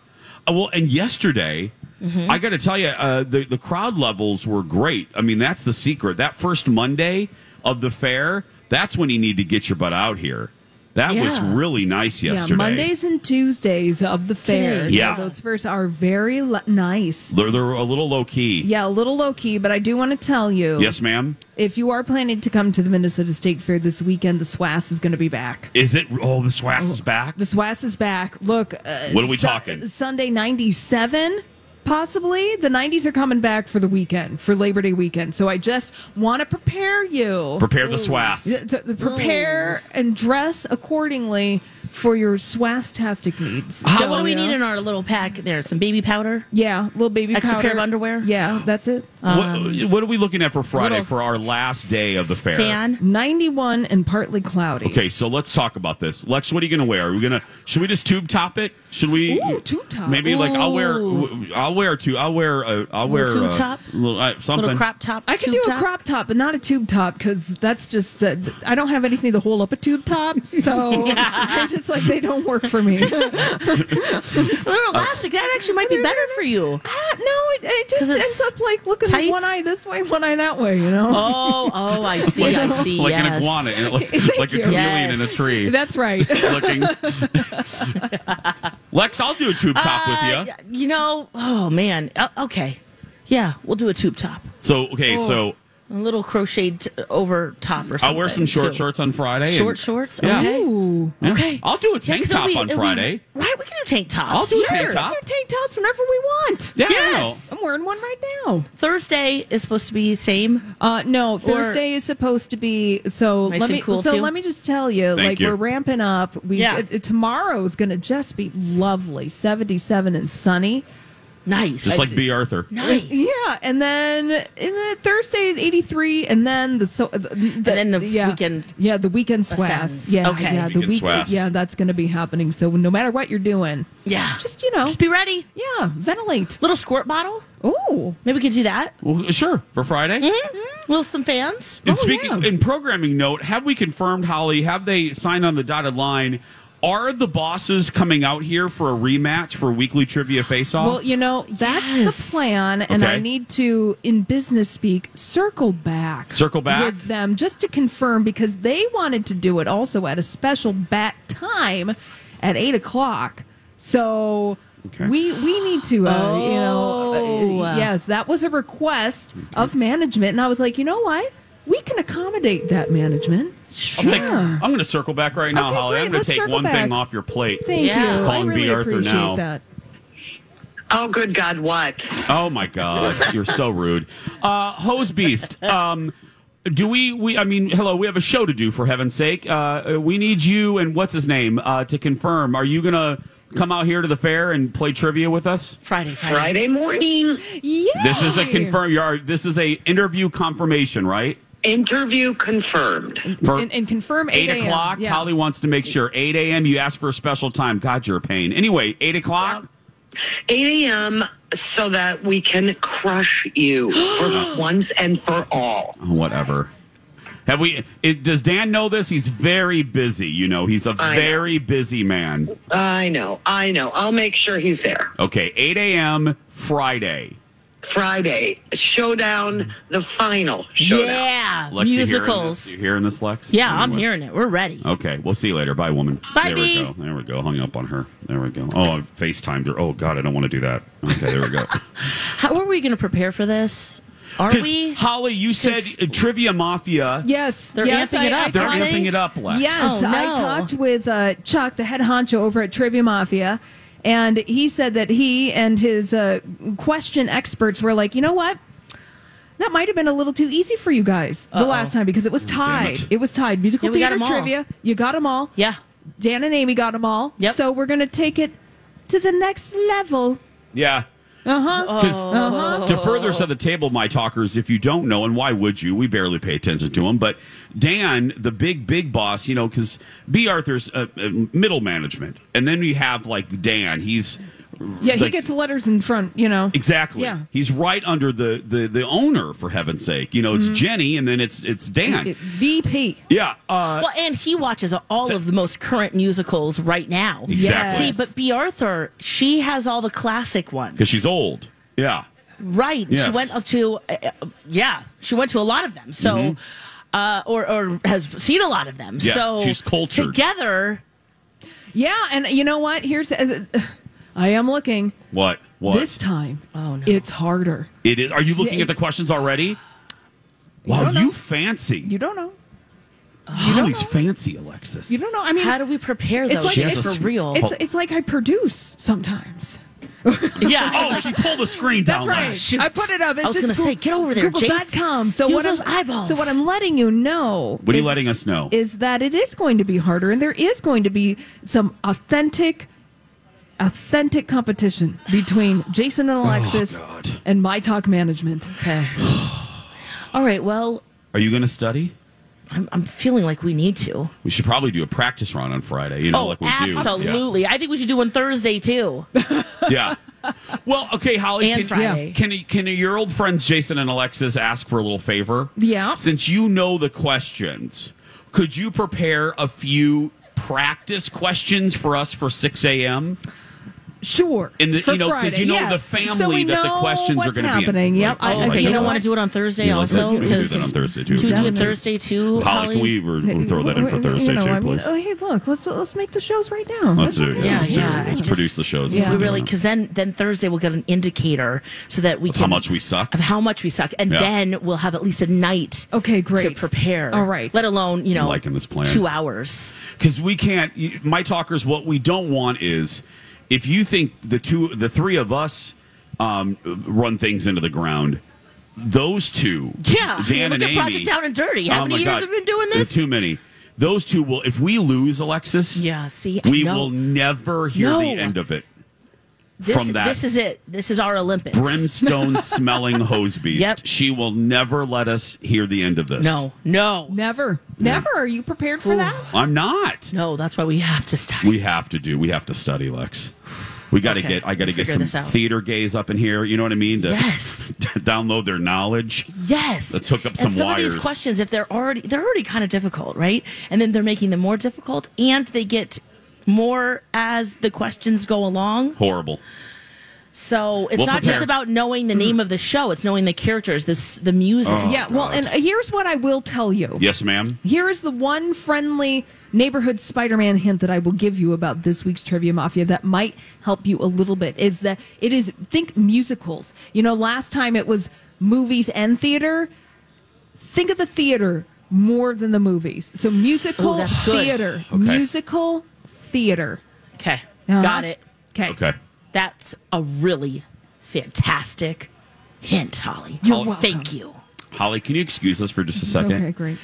Speaker 1: Uh, well, and yesterday, I got to tell you, uh, the the crowd levels were great. I mean, that's the secret. That first Monday of the fair, that's when you need to get your butt out here. That was
Speaker 2: Yeah.
Speaker 1: really nice yesterday.
Speaker 3: Yeah, Mondays and Tuesdays of the fair.
Speaker 1: Yeah.
Speaker 3: Those fairs are very li- nice.
Speaker 1: they're, they're a little low key.
Speaker 3: Yeah, a little low key, but I do want to tell you
Speaker 1: Yes, ma'am.
Speaker 3: if you are planning to come to the Minnesota State Fair this weekend, the SWAS is going to be back.
Speaker 1: Is it? Oh, the swass is back.
Speaker 3: The SWAS is back. Look, uh,
Speaker 1: What are we
Speaker 3: Su-
Speaker 1: talking?
Speaker 3: Sunday 97 possibly. The 90s are coming back for the weekend, for Labor Day weekend. So I just want to prepare you.
Speaker 1: Prepare the swass.
Speaker 3: Yeah, to- to prepare and dress accordingly for your swastastic needs.
Speaker 2: So,
Speaker 3: So,
Speaker 2: what do we
Speaker 3: you know,
Speaker 2: need in our little pack there? Some baby powder?
Speaker 3: Yeah, little baby
Speaker 2: Extra
Speaker 3: powder.
Speaker 2: pair of underwear?
Speaker 3: Yeah, that's it.
Speaker 1: what, what are we looking at for Friday
Speaker 2: Um, little
Speaker 1: for our last day of the fair?
Speaker 2: Fan?
Speaker 3: 91 and partly cloudy.
Speaker 1: Okay, so let's talk about this. Lex, what are you going to wear? Are we going to? Should we just tube top it? Should we?
Speaker 3: Ooh, tube top.
Speaker 1: Maybe like I'll wear.
Speaker 2: Ooh.
Speaker 1: I'll wear two. I'll wear. A, I'll wear
Speaker 2: tube
Speaker 1: a
Speaker 2: top?
Speaker 1: Little, uh, something.
Speaker 2: Little crop top?
Speaker 3: I can
Speaker 2: tube
Speaker 3: do
Speaker 2: top?
Speaker 3: a crop top, but not a tube top because that's just, uh, I don't have anything to hold up a tube top. [LAUGHS] So I just like, they don't work for [LAUGHS] me.
Speaker 2: A [LAUGHS] little
Speaker 1: Uh,
Speaker 2: elastic. That actually might be better for you.
Speaker 3: Ah, no, it, it just
Speaker 2: 'Cause
Speaker 3: ends
Speaker 2: it's
Speaker 3: up like looking
Speaker 2: tight?
Speaker 3: one eye this way, one eye that way, you know?
Speaker 2: Oh, oh, I see. I see.
Speaker 1: like an
Speaker 2: yes.
Speaker 1: iguana, and like,
Speaker 2: [LAUGHS]
Speaker 1: like a chameleon in a
Speaker 2: Yes.
Speaker 1: tree.
Speaker 3: Oh. That's right.
Speaker 1: [LAUGHS]
Speaker 3: [LAUGHS]
Speaker 2: [LAUGHS]
Speaker 1: looking. Lex, I'll do a tube top
Speaker 2: Uh,
Speaker 1: with you.
Speaker 2: You know, oh man. Uh, okay. Yeah, we'll do a tube top.
Speaker 1: So okay,
Speaker 2: Oh,
Speaker 1: so
Speaker 2: A little crocheted t- over top or something.
Speaker 1: I'll wear some short
Speaker 2: too.
Speaker 1: shorts on Friday.
Speaker 2: Short
Speaker 1: and-
Speaker 2: shorts?
Speaker 1: Yeah.
Speaker 2: Okay.
Speaker 3: Ooh.
Speaker 1: Yeah.
Speaker 2: Okay.
Speaker 1: I'll do a
Speaker 2: Yeah,
Speaker 1: tank
Speaker 2: 'cause it'll
Speaker 1: top
Speaker 2: be-
Speaker 1: on
Speaker 2: it'll be-
Speaker 1: Friday.
Speaker 2: right, we can do tank tops.
Speaker 1: I'll do a tank
Speaker 3: Sure,
Speaker 1: top.
Speaker 3: those are tank tops whenever we want.
Speaker 1: Yeah.
Speaker 2: Yes.
Speaker 3: I'm wearing one right now.
Speaker 2: Thursday is supposed to be same.
Speaker 3: Uh, no, Thursday is supposed to be so.
Speaker 2: Nice
Speaker 3: let
Speaker 2: and
Speaker 3: me
Speaker 2: cool,
Speaker 3: so
Speaker 2: too.
Speaker 3: let me just tell you,
Speaker 1: Thank
Speaker 3: like
Speaker 1: you.
Speaker 3: we're ramping up. We
Speaker 2: Yeah.
Speaker 3: uh, uh, tomorrow is going to just be lovely, seventy-seven and sunny.
Speaker 2: Nice.
Speaker 1: Just like B. Arthur.
Speaker 2: nice.
Speaker 3: Yeah, and then and then Thursday at eighty-three, and then the so the, and
Speaker 2: then the weekend
Speaker 3: Yeah, the weekend
Speaker 2: ascends.
Speaker 3: swass. Yeah,
Speaker 2: Okay.
Speaker 3: yeah, the
Speaker 1: Weekend
Speaker 3: week,
Speaker 1: swass.
Speaker 3: Yeah, that's going to be happening. So no matter what you're doing,
Speaker 2: Yeah.
Speaker 3: just you know,
Speaker 2: Just be ready.
Speaker 3: yeah, ventilate.
Speaker 2: Little squirt bottle.
Speaker 3: Oh,
Speaker 2: Maybe we could do that.
Speaker 1: Well, sure, for Friday.
Speaker 2: Little some fans.
Speaker 1: And
Speaker 3: Oh,
Speaker 1: speaking
Speaker 3: yeah.
Speaker 1: in programming note, have we confirmed Holly? Have they signed on the dotted line Are the bosses coming out here for a rematch for weekly trivia face off?
Speaker 3: Well, you know, that's the plan, and
Speaker 1: Oh, Okay.
Speaker 3: I need to, in business speak, circle back.
Speaker 1: Circle back?
Speaker 3: With them just to confirm because they wanted to do it also at a special bat time at 8 o'clock. So. We we need to uh, you know
Speaker 1: Oh.
Speaker 3: uh, yes that was a request of management and I was like you know what we can accommodate that management
Speaker 1: I'll take, I'm "Oh, going to circle back right now,
Speaker 3: Okay,
Speaker 1: Holly.
Speaker 3: great,
Speaker 1: I'm going to
Speaker 3: let's
Speaker 1: take
Speaker 3: circle
Speaker 1: one thing
Speaker 3: back.
Speaker 1: off your plate.
Speaker 3: thank
Speaker 2: Yeah.
Speaker 3: you I
Speaker 1: Calling B.
Speaker 3: really
Speaker 1: Arthur
Speaker 3: appreciate
Speaker 1: now.
Speaker 3: that
Speaker 4: Oh, good God, what?
Speaker 1: Oh my God,
Speaker 3: [LAUGHS]
Speaker 1: you're so rude. Uh, Hose Beast, um, do we? We, I mean, hello. We have a show to do for heaven's sake. Uh, we need you and what's his name uh, to confirm. Are you gonna come out here to the fair and play trivia with us?
Speaker 2: Friday, Friday.
Speaker 4: Friday morning
Speaker 3: yeah
Speaker 1: This is a confirm. You are. This is a interview confirmation, right?
Speaker 4: interview confirmed.
Speaker 1: For
Speaker 3: and, and confirm
Speaker 1: eight
Speaker 3: 8 a.m.
Speaker 1: o'clock.
Speaker 3: Yeah.
Speaker 1: Holly wants to make sure eight a.m. You ask for a special time. God, you're a pain. Anyway, eight o'clock.
Speaker 4: 8 a.m. so that we can crush you for once and for all.
Speaker 1: Oh, whatever. Have we? It, does Dan know this? He's very busy. You know, he's a
Speaker 4: I know.
Speaker 1: very busy man.
Speaker 4: I know, I know. I'll make sure he's there.
Speaker 1: Okay, 8 a.m. Friday.
Speaker 4: Friday, showdown, the final showdown.
Speaker 2: Yeah,
Speaker 1: Lex, you hearing this? Oh.
Speaker 2: musicals.
Speaker 1: You hearing this, Lex?
Speaker 2: Yeah, I'm
Speaker 1: Anyway.
Speaker 2: hearing it. We're ready.
Speaker 1: Okay, we'll see you later. Bye, woman.
Speaker 2: Bye,
Speaker 1: there
Speaker 2: B.
Speaker 1: we go. There we go. Hung up on her. There we go. Oh, I FaceTimed her. Oh, God, I don't want to do that. Okay, there we go.
Speaker 2: [LAUGHS] How are we going to prepare for this? Are
Speaker 1: 'Cause,
Speaker 2: we?
Speaker 1: Holly, you said
Speaker 2: 'Cause-
Speaker 1: uh, Trivia Mafia.
Speaker 3: Yes,
Speaker 2: They're
Speaker 3: yes,
Speaker 2: amping it up,
Speaker 1: They're
Speaker 2: Are
Speaker 3: talked-
Speaker 2: they?
Speaker 1: amping it up, Lex.
Speaker 3: Yes,
Speaker 2: Oh,
Speaker 3: I
Speaker 2: no.
Speaker 3: talked with uh, Chuck, the head honcho over at Trivia Mafia, and he said that he and his uh, question experts were like, you know what? That might have been a little too easy for you guys the last time because it was tied.
Speaker 1: it.
Speaker 3: it. was tied. Musical
Speaker 2: Yeah, we got
Speaker 3: theater
Speaker 2: 'em all.
Speaker 3: trivia. You got them all.
Speaker 2: Yeah.
Speaker 3: Dan and Amy got them all.
Speaker 2: Yep.
Speaker 3: So we're going to take it to the next level.
Speaker 1: Yeah.
Speaker 3: Uh huh.
Speaker 1: 'Cause
Speaker 2: Oh.
Speaker 3: Uh-huh.
Speaker 1: To further set the table, my talkers, if you don't know, and why would you? We barely pay attention to him. But Dan, the big, big boss, you know, because B. Arthur's uh, uh, middle management. And then you have, like, Dan. He's.
Speaker 3: Yeah, he
Speaker 1: like-
Speaker 3: gets letters in front, you know.
Speaker 1: Exactly.
Speaker 3: Yeah.
Speaker 1: He's right under the, the, the owner, for heaven's sake. You know, it's Jenny, and then it's it's Dan.
Speaker 3: Mm-hmm. It- VP.
Speaker 1: yeah. Uh,
Speaker 2: Well, and he watches all of the most current musicals right now.
Speaker 1: exactly.
Speaker 2: See, but B. Arthur, she has all the classic ones.
Speaker 1: Because she's old. Yeah.
Speaker 2: Right. She
Speaker 1: Yes.
Speaker 2: went up to, uh, uh, yeah, she went to a lot of them. So, uh, or, or has seen a lot of them.
Speaker 1: Mm-hmm. Yes,
Speaker 2: so
Speaker 1: she's cultured.
Speaker 2: Together,
Speaker 3: Yeah, and you know what? Here's uh, [SIGHS] I am looking.
Speaker 1: What? What?
Speaker 3: This time,
Speaker 2: Oh, no.
Speaker 3: it's harder.
Speaker 1: it is. Are you looking
Speaker 3: Yeah,
Speaker 1: at the questions already? Wow,
Speaker 3: don't
Speaker 1: you,
Speaker 3: know.
Speaker 1: fancy.
Speaker 3: You don't know.
Speaker 1: Holly's fancy, Alexis.
Speaker 3: You don't know. I mean,
Speaker 2: how do we prepare
Speaker 3: it's
Speaker 2: those
Speaker 3: like
Speaker 2: things
Speaker 3: it's,
Speaker 2: for real?
Speaker 3: It's it's like I produce sometimes.
Speaker 2: yeah.
Speaker 1: Oh, she pulled the screen down.
Speaker 3: That's right.
Speaker 1: Lex.
Speaker 2: shoot.
Speaker 3: I put it up. It's
Speaker 2: I was
Speaker 3: just
Speaker 2: gonna say,
Speaker 3: Goo-
Speaker 2: get over there, Jace.
Speaker 3: Google.com. So
Speaker 2: Use
Speaker 3: what
Speaker 2: those
Speaker 3: I'm,
Speaker 2: eyeballs.
Speaker 3: So what I'm letting you know.
Speaker 1: What are you
Speaker 3: is-
Speaker 1: letting us know?
Speaker 3: Is that it is going to be harder, and there is going to be some authentic, authentic competition between Jason and Alexis
Speaker 1: Oh, God.
Speaker 3: and My Talk Management.
Speaker 2: Okay. [LAUGHS] All right. Well,
Speaker 1: Are you going to study?
Speaker 2: I'm, I'm feeling like we need to.
Speaker 1: We should probably do a practice run on Friday. You know,
Speaker 2: Oh,
Speaker 1: like we do.
Speaker 2: absolutely. I think we should do one Thursday too.
Speaker 1: Yeah. yeah. Well, okay, Holly.
Speaker 2: And
Speaker 1: can,
Speaker 2: Friday.
Speaker 1: Can can your old friends Jason and Alexis ask for a little favor?
Speaker 3: Yeah.
Speaker 1: Since you know the questions, could you prepare a few practice questions for us for six a.m.
Speaker 3: Sure.
Speaker 1: In the-
Speaker 3: for
Speaker 1: you know, 'cause
Speaker 3: Friday,
Speaker 1: you know
Speaker 3: yes.
Speaker 1: the
Speaker 3: So
Speaker 1: family
Speaker 3: we
Speaker 1: that the
Speaker 3: know
Speaker 1: questions are
Speaker 3: what's
Speaker 1: gonna be in.
Speaker 3: happening.
Speaker 1: Like, oh,
Speaker 3: Yep. I,
Speaker 1: my
Speaker 3: okay, you
Speaker 1: God.
Speaker 3: know
Speaker 2: want
Speaker 3: what?
Speaker 2: to do it on Thursday
Speaker 1: Yeah, let's-
Speaker 2: also
Speaker 1: we can do that
Speaker 2: 'cause-
Speaker 1: on Thursday, too.
Speaker 2: Can we do
Speaker 1: Definitely.
Speaker 2: it Thursday too,
Speaker 1: Holly,
Speaker 2: Holly?
Speaker 1: can we re- re- throw that in for
Speaker 3: You
Speaker 1: Thursday
Speaker 3: know,
Speaker 1: too,
Speaker 3: I mean,
Speaker 1: please?
Speaker 3: oh, hey, look, let's let's make the shows right now.
Speaker 1: Let's do
Speaker 3: That's
Speaker 1: it.
Speaker 3: okay.
Speaker 2: Yeah,
Speaker 1: let's do it.
Speaker 2: yeah, I
Speaker 1: Let's
Speaker 2: just-
Speaker 1: produce the shows.
Speaker 3: Yeah.
Speaker 2: We
Speaker 1: Let's do
Speaker 2: really
Speaker 1: it.
Speaker 2: because then then Thursday we'll get an indicator so that we
Speaker 1: Of
Speaker 2: can
Speaker 1: how much we suck?
Speaker 2: of how much we suck, and
Speaker 1: Yeah.
Speaker 2: then we'll have at least a night.
Speaker 3: Okay, great.
Speaker 2: to prepare.
Speaker 3: All right.
Speaker 2: let alone you know
Speaker 1: liking this plan.
Speaker 2: two hours.
Speaker 1: because we can't you- my talkers what we don't want is if you think the two the three of us um, run things into the ground those two
Speaker 2: Yeah, I
Speaker 1: dan
Speaker 2: mean, look
Speaker 1: and
Speaker 2: at
Speaker 1: amy
Speaker 2: Project Down and Dirty. How
Speaker 1: Oh
Speaker 2: many
Speaker 1: my
Speaker 2: years
Speaker 1: God.
Speaker 2: have we been doing
Speaker 1: There are
Speaker 2: this?
Speaker 1: too many those two will if we lose alexis
Speaker 2: Yeah, see, I
Speaker 1: we
Speaker 2: know.
Speaker 1: will never hear
Speaker 2: No.
Speaker 1: the end of it
Speaker 2: This,
Speaker 1: from that
Speaker 2: this is it. This is our Olympics.
Speaker 1: brimstone
Speaker 2: [LAUGHS]
Speaker 1: smelling hose beast
Speaker 2: Yep.
Speaker 1: she will never let us hear the end of this
Speaker 2: no, no,
Speaker 3: Never, never. Are you prepared for that?
Speaker 1: i'm not
Speaker 2: no. That's why we have to study.
Speaker 1: We have to do. We have to study, Lex. We got to
Speaker 2: Okay,
Speaker 1: get. I got to
Speaker 2: we'll
Speaker 1: get
Speaker 2: figure
Speaker 1: some
Speaker 2: this out.
Speaker 1: theater gays up in here. You know what I mean? To,
Speaker 2: Yes.
Speaker 1: to [LAUGHS] download their knowledge.
Speaker 2: Yes.
Speaker 1: Let's hook up some
Speaker 2: and some of
Speaker 1: wires.
Speaker 2: these questions, if they're already they're already kind of difficult, right? And then they're making them more difficult, and they get more as the questions go along.
Speaker 1: Horrible.
Speaker 2: So it's
Speaker 1: We'll
Speaker 2: not
Speaker 1: prepare.
Speaker 2: just about knowing the name of the show; it's knowing the characters, this the music.
Speaker 1: Uh-huh. Oh,
Speaker 3: yeah, well, and here's what I will tell you.
Speaker 1: Yes, ma'am.
Speaker 3: Here is the one friendly neighborhood Spider-Man hint that I will give you about this week's Trivia Mafia that might help you a little bit is that it is think musicals. You know, last time it was movies and theater. Think of the theater more than the movies. So musical
Speaker 2: Ooh, that's good.
Speaker 3: theater,
Speaker 1: Okay.
Speaker 3: musical theater.
Speaker 2: Okay,
Speaker 3: Uh-huh.
Speaker 2: got it.
Speaker 3: Okay.
Speaker 1: Okay.
Speaker 2: That's a really fantastic hint, Holly.
Speaker 3: You're
Speaker 2: Holly,
Speaker 3: welcome.
Speaker 2: Thank you.
Speaker 1: Holly, can you excuse us for just a second?
Speaker 3: Okay, great.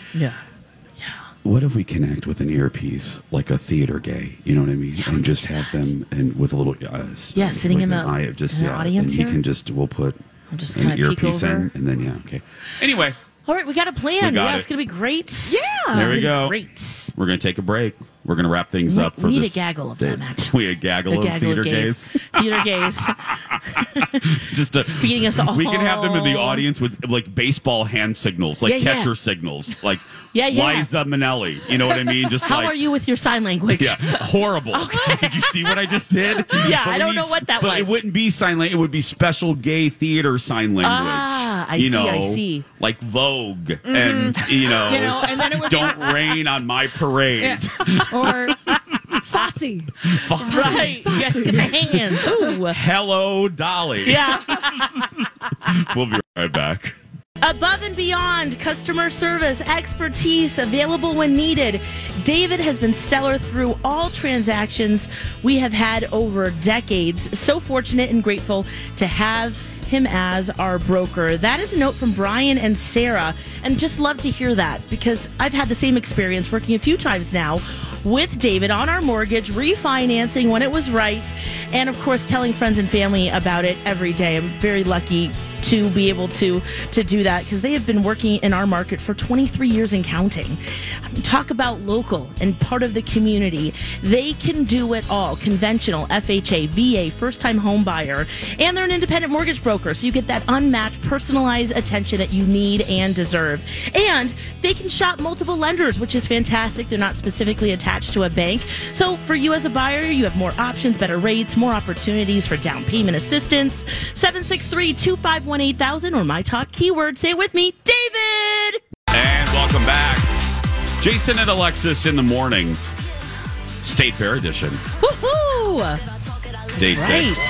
Speaker 1: What if we connect with an earpiece like a theater gay? You know what I mean? and just have them and with a little uh, s-
Speaker 2: Yeah, sitting
Speaker 1: with
Speaker 2: in
Speaker 1: an
Speaker 2: the-
Speaker 1: eye of just
Speaker 2: in the
Speaker 1: yeah,
Speaker 2: audience
Speaker 1: And you
Speaker 2: here?
Speaker 1: can just we'll put
Speaker 2: I'm just
Speaker 1: an
Speaker 2: gonna peek
Speaker 1: earpiece in
Speaker 2: over.
Speaker 1: and then yeah okay. Anyway,
Speaker 2: All right, we got a plan.
Speaker 1: We got
Speaker 2: yeah,
Speaker 1: it.
Speaker 2: it's gonna be great.
Speaker 3: Yeah.
Speaker 1: There we go.
Speaker 2: Oh, Great.
Speaker 1: we're gonna take a break. We're gonna wrap things up for
Speaker 2: we need
Speaker 1: this
Speaker 2: a gaggle of
Speaker 1: day.
Speaker 2: them, actually.
Speaker 1: we a gaggle
Speaker 2: A
Speaker 1: of
Speaker 2: gaggle
Speaker 1: theater
Speaker 2: of gays,
Speaker 1: gays.
Speaker 2: [LAUGHS] theater
Speaker 1: [LAUGHS]
Speaker 2: gays,
Speaker 1: Just a,
Speaker 2: feeding us all.
Speaker 1: we can have them in the audience with like baseball hand signals, like
Speaker 2: Yeah, yeah.
Speaker 1: catcher signals, like
Speaker 2: [LAUGHS] Yeah, yeah.
Speaker 1: Liza Minnelli. You know what I mean? Just
Speaker 2: How
Speaker 1: like
Speaker 2: are you with your sign language?
Speaker 1: [LAUGHS] Yeah, horrible. did you see what I just did?
Speaker 2: [LAUGHS] Yeah,
Speaker 1: But
Speaker 2: I
Speaker 1: we
Speaker 2: don't
Speaker 1: need-
Speaker 2: know what that
Speaker 1: but It
Speaker 2: was.
Speaker 1: wouldn't be sign language. It would be special gay theater sign language.
Speaker 2: Ah, I
Speaker 1: you
Speaker 2: see,
Speaker 1: Know,
Speaker 2: I see. Mm-hmm.
Speaker 1: Like Vogue, and you
Speaker 2: [LAUGHS]
Speaker 1: know,
Speaker 3: You know, and then it would be-
Speaker 1: don't [LAUGHS] rain on my parade.
Speaker 3: Or Fosse.
Speaker 1: Fuck.
Speaker 2: [LAUGHS] Right. Yes, get the hands. Ooh.
Speaker 1: Hello, Dolly.
Speaker 2: Yeah.
Speaker 1: We'll be right back.
Speaker 2: Above and beyond customer service expertise available when needed. David has been stellar through all transactions we have had over decades. So fortunate and grateful to have him as our broker. That is a note from Brian and Sarah. And just love to hear that because I've had the same experience working a few times now with David on our mortgage, refinancing when it was right, and of course telling friends and family about it every day. I'm very lucky to be able to to do that because they have been working in our market for 23 years and counting. I mean, talk about local and part of the community. They can do it all: conventional, FHA, VA, first-time home buyer, and they're an independent mortgage broker, so you get that unmatched, personalized attention that you need and deserve. And they can shop multiple lenders, which is fantastic. They're not specifically attached to a bank, so for you as a buyer, you have more options, better rates, more opportunities for down payment assistance. 763-251-8000 or my top keyword. Say it with me, David.
Speaker 1: And welcome back, Jason and Alexis in the morning, State Fair edition,
Speaker 2: Woohoo!
Speaker 1: day six,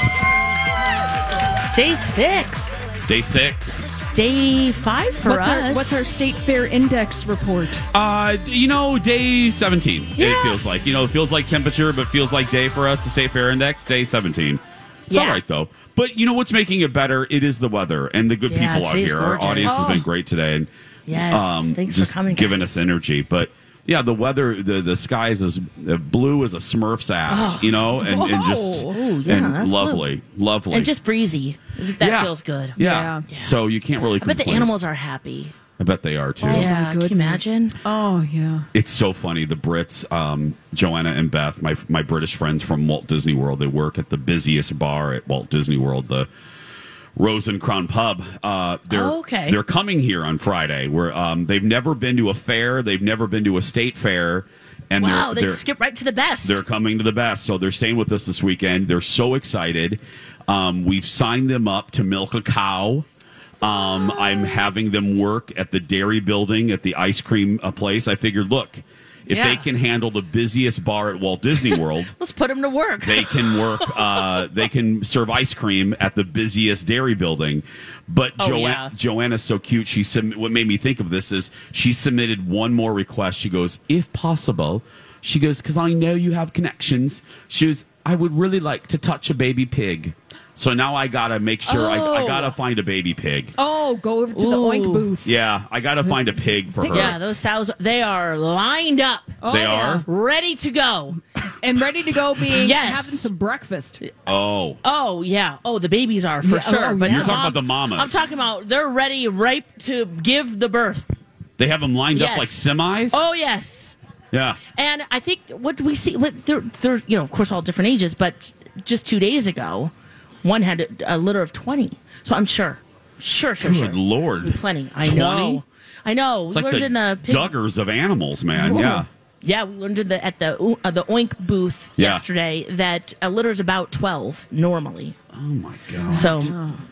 Speaker 2: Day six.
Speaker 1: day six.
Speaker 2: Day five for
Speaker 3: What's
Speaker 2: us.
Speaker 3: our, what's our state fair index report?
Speaker 1: Uh, you know, day 17, it
Speaker 2: Yeah.
Speaker 1: feels like. You know, it feels like temperature, but feels like day for us, the State Fair Index, day 17. It's all
Speaker 2: Yeah.
Speaker 1: right, though. But you know what's making it better? It is the weather and the good
Speaker 2: Yeah,
Speaker 1: people out
Speaker 2: today's
Speaker 1: here.
Speaker 2: gorgeous.
Speaker 1: Our audience
Speaker 2: Oh.
Speaker 1: has been great today. And, um,
Speaker 2: Yes, thanks for
Speaker 1: just
Speaker 2: coming,
Speaker 1: Giving
Speaker 2: guys.
Speaker 1: us energy. But yeah, the weather, the, the sky is as uh, blue as a Smurf's ass, you know, and, and just
Speaker 2: Oh. Whoa. Ooh, yeah,
Speaker 1: and
Speaker 2: that's blue.
Speaker 1: lovely, lovely.
Speaker 2: and just breezy. That
Speaker 1: Yeah.
Speaker 2: feels good.
Speaker 1: Yeah.
Speaker 3: Yeah.
Speaker 1: So you can't really
Speaker 2: I bet
Speaker 1: complain.
Speaker 2: the animals are happy.
Speaker 1: I bet they are too.
Speaker 2: yeah, can you
Speaker 3: goodness.
Speaker 2: imagine?
Speaker 3: Oh, yeah.
Speaker 1: It's so funny. The Brits, um, Joanna and Beth, my my British friends from Walt Disney World, they work at the busiest bar at Walt Disney World, the Rose and Crown Pub. Uh, they're
Speaker 2: Oh, okay.
Speaker 1: they're coming here on Friday. Where um, they've never been to a fair, they've never been to a state fair, and
Speaker 2: Wow,
Speaker 1: they're,
Speaker 2: they
Speaker 1: they're,
Speaker 2: skip right to the best.
Speaker 1: they're coming to the best. So they're staying with us this weekend. They're so excited. Um, we've signed them up to milk a cow. Um, I'm having them work at the dairy building at the ice cream uh, place. I figured, look, if
Speaker 2: Yeah.
Speaker 1: they can handle the busiest bar at Walt Disney World,
Speaker 2: Let's put them to work.
Speaker 1: they can work. Uh, they can serve ice cream at the busiest dairy building. But
Speaker 2: Oh,
Speaker 1: Joa-
Speaker 2: yeah.
Speaker 1: Joanna's so cute. She sub- what made me think of this is she submitted one more request. She goes, if possible, she goes because I know you have connections. She goes, I would really like to touch a baby pig. So now I gotta make sure I, I
Speaker 2: Oh.
Speaker 1: gotta find a baby pig.
Speaker 3: Oh, go over to the
Speaker 2: Ooh.
Speaker 3: oink booth.
Speaker 1: Yeah, I gotta find a pig for her.
Speaker 2: yeah, those sows, they are lined up.
Speaker 1: they
Speaker 3: yeah.
Speaker 1: are.
Speaker 2: Ready to go.
Speaker 3: and ready to go being
Speaker 2: Yes.
Speaker 3: having some breakfast.
Speaker 1: Oh,
Speaker 2: Oh yeah. Oh, the babies are for
Speaker 3: Yeah, oh,
Speaker 2: sure.
Speaker 3: oh,
Speaker 2: but
Speaker 3: yeah.
Speaker 1: You're talking about the
Speaker 2: moms-
Speaker 1: mamas.
Speaker 2: I'm talking about they're ready, ripe to give the birth.
Speaker 1: they have them lined up
Speaker 2: Yes.
Speaker 1: like semis.
Speaker 2: Oh yes.
Speaker 1: yeah.
Speaker 2: And I think what we see, what they're, they're you know, of course, all different ages, but just two days ago, one had a, a litter of twenty. So I'm sure, sure, sure, sure.
Speaker 1: Good lord.
Speaker 2: plenty. I
Speaker 1: 20?
Speaker 2: know. I know.
Speaker 1: It's like
Speaker 2: Learned
Speaker 1: the,
Speaker 2: in the pig-
Speaker 1: duggers of animals, man. Yeah.
Speaker 2: Yeah, we learned at the at the, uh, the Oink booth
Speaker 1: Yeah.
Speaker 2: yesterday that a litter's about twelve normally.
Speaker 1: Oh my god.
Speaker 2: So,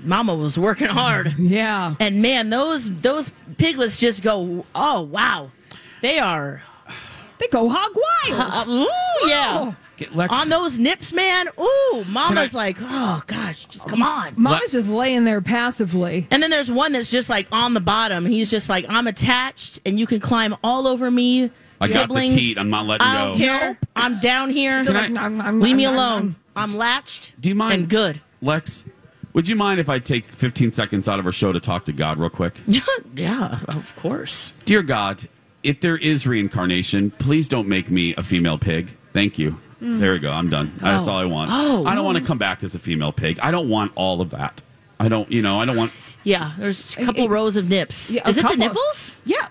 Speaker 2: Mama was
Speaker 1: [LAUGHS]
Speaker 2: working hard,
Speaker 3: Yeah.
Speaker 2: and man, those those piglets just go. Oh wow, they are.
Speaker 3: They go hog wild. Oh,
Speaker 2: Uh, ooh, yeah.
Speaker 1: Get Lex-
Speaker 2: On those nips, man. Ooh, Mama's
Speaker 1: Oh. Can I-
Speaker 2: like, oh gosh, just come on.
Speaker 3: Mama's just laying there passively.
Speaker 2: And then there's one that's just like on the bottom. He's just like, I'm attached, and you can climb all over me.
Speaker 1: I got the
Speaker 2: Siblings,
Speaker 1: teat. I'm not letting
Speaker 2: I don't
Speaker 1: go.
Speaker 2: care. I'm down here.
Speaker 3: Can I- Nom, nom,
Speaker 2: Leave
Speaker 3: nom,
Speaker 2: me
Speaker 3: nom,
Speaker 2: alone.
Speaker 3: nom.
Speaker 2: I'm latched.
Speaker 1: Do you mind?
Speaker 2: And
Speaker 3: [LAUGHS]
Speaker 2: good.
Speaker 1: Lex, would you mind if I take 15 seconds out of our show to talk to God real quick?
Speaker 2: yeah, of course.
Speaker 1: Dear God, if there is reincarnation, please don't make me a female pig. Thank you. There you go. I'm done. That's all I want.
Speaker 2: Mm. Oh.
Speaker 1: I don't want to come back as a female pig. I don't want all of that. I don't, you know, I don't want.
Speaker 2: Yeah, there's a couple rows of nips.
Speaker 3: Yeah, a
Speaker 2: is it the
Speaker 3: couple.
Speaker 2: nipples?
Speaker 3: Yeah.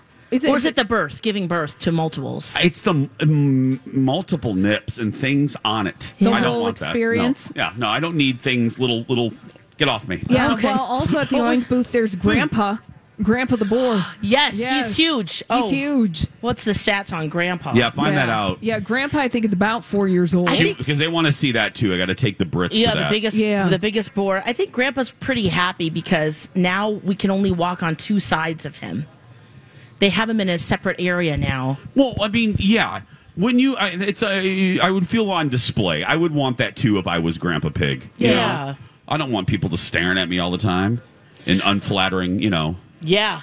Speaker 2: Or is it the birth, giving birth to multiples?
Speaker 1: It's the mm, multiple nips and things on it.
Speaker 3: The
Speaker 1: I don't
Speaker 3: whole
Speaker 1: want that. No.
Speaker 3: experience?
Speaker 1: Yeah, no, I don't need things, little, little, get off me.
Speaker 3: Yeah.
Speaker 2: Okay.
Speaker 3: Well, also at the oink booth, there's Grandpa, Grandpa the boar.
Speaker 2: yes,
Speaker 3: Yes.
Speaker 2: he's huge. Oh,
Speaker 3: He's huge.
Speaker 2: What's the stats on Grandpa?
Speaker 1: Yeah, find
Speaker 3: yeah.
Speaker 1: that out.
Speaker 3: Yeah, Grandpa, I think it's about four years old.
Speaker 2: think-
Speaker 1: Because they want to see that too. I got to take the Brits
Speaker 2: Yeah,
Speaker 1: to that.
Speaker 2: the biggest,
Speaker 3: Yeah.
Speaker 2: the biggest bore. I think Grandpa's pretty happy because now we can only walk on two sides of him. They have him in a separate area now.
Speaker 1: Well, I mean, yeah. When you, I, it's a, I would feel on display. I would want that too if I was Grandpa Pig. you know?
Speaker 2: Yeah.
Speaker 1: I don't want people just staring at me all the time and unflattering. You know,
Speaker 2: Yeah,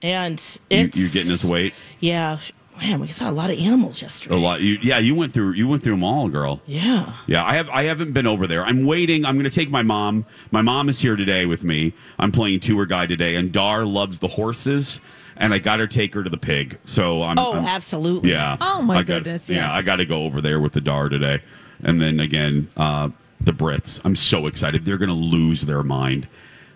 Speaker 2: and
Speaker 1: you,
Speaker 2: it's
Speaker 1: you're getting his weight
Speaker 2: Yeah, man, we saw a lot of animals
Speaker 1: a
Speaker 2: yesterday.
Speaker 1: lot. You, yeah, you went through, you went through them all, girl.
Speaker 2: Yeah,
Speaker 1: Yeah, I have. I haven't been over there. I'm waiting. I'm going to take my mom. My mom is here today with me. I'm playing tour guide today, and Dar loves the horses, and I got her take her to the pig. So I'm.
Speaker 2: Oh,
Speaker 1: I'm-
Speaker 2: absolutely.
Speaker 1: Uh-huh. Yeah.
Speaker 3: Oh,
Speaker 1: I
Speaker 3: my
Speaker 1: gotta-
Speaker 3: goodness, yes.
Speaker 1: Yeah, I got to go over there with the Dar today, and then again uh, the Brits. I'm so excited. They're going to lose their mind.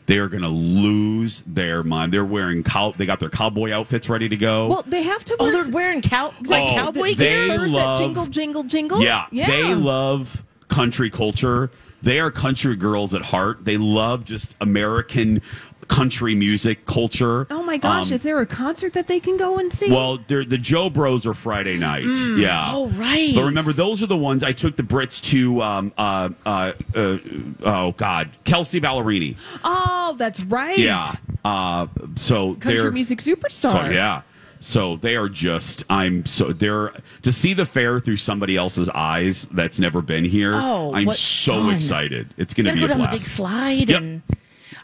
Speaker 1: They are going to lose their mind. They're wearing cow. They got their cowboy outfits ready to go.
Speaker 3: well, they have to.
Speaker 2: Oh,
Speaker 3: wear-
Speaker 2: they're wearing cow like
Speaker 1: Oh,
Speaker 2: cowboy
Speaker 1: they
Speaker 2: gear.
Speaker 3: Spurs
Speaker 1: love-
Speaker 3: that jingle, jingle, jingle.
Speaker 1: Yeah, they love country culture. They are country girls at heart. They love just American country music culture.
Speaker 3: Oh my gosh,
Speaker 1: Um,
Speaker 3: is there a concert that they can go and see?
Speaker 1: well, they're, the Joe Bros are Friday nights.
Speaker 3: Mm.
Speaker 1: Yeah.
Speaker 2: Oh, right.
Speaker 1: But remember, those are the ones I took the Brits to. Um, uh, uh, uh, oh God, Kelsey Ballerini.
Speaker 3: oh, that's right.
Speaker 1: Yeah. Uh, so
Speaker 3: Country
Speaker 1: they're,
Speaker 3: music superstar.
Speaker 1: So yeah. So they are just I'm so they're to see the fair through somebody else's eyes that's never been here.
Speaker 2: Oh,
Speaker 1: I'm
Speaker 2: what
Speaker 1: so
Speaker 2: fun.
Speaker 1: excited. It's
Speaker 2: You
Speaker 1: gonna
Speaker 2: gotta
Speaker 1: be
Speaker 2: go
Speaker 1: a
Speaker 2: down
Speaker 1: blast.
Speaker 2: the big slide
Speaker 1: Yep.
Speaker 2: and.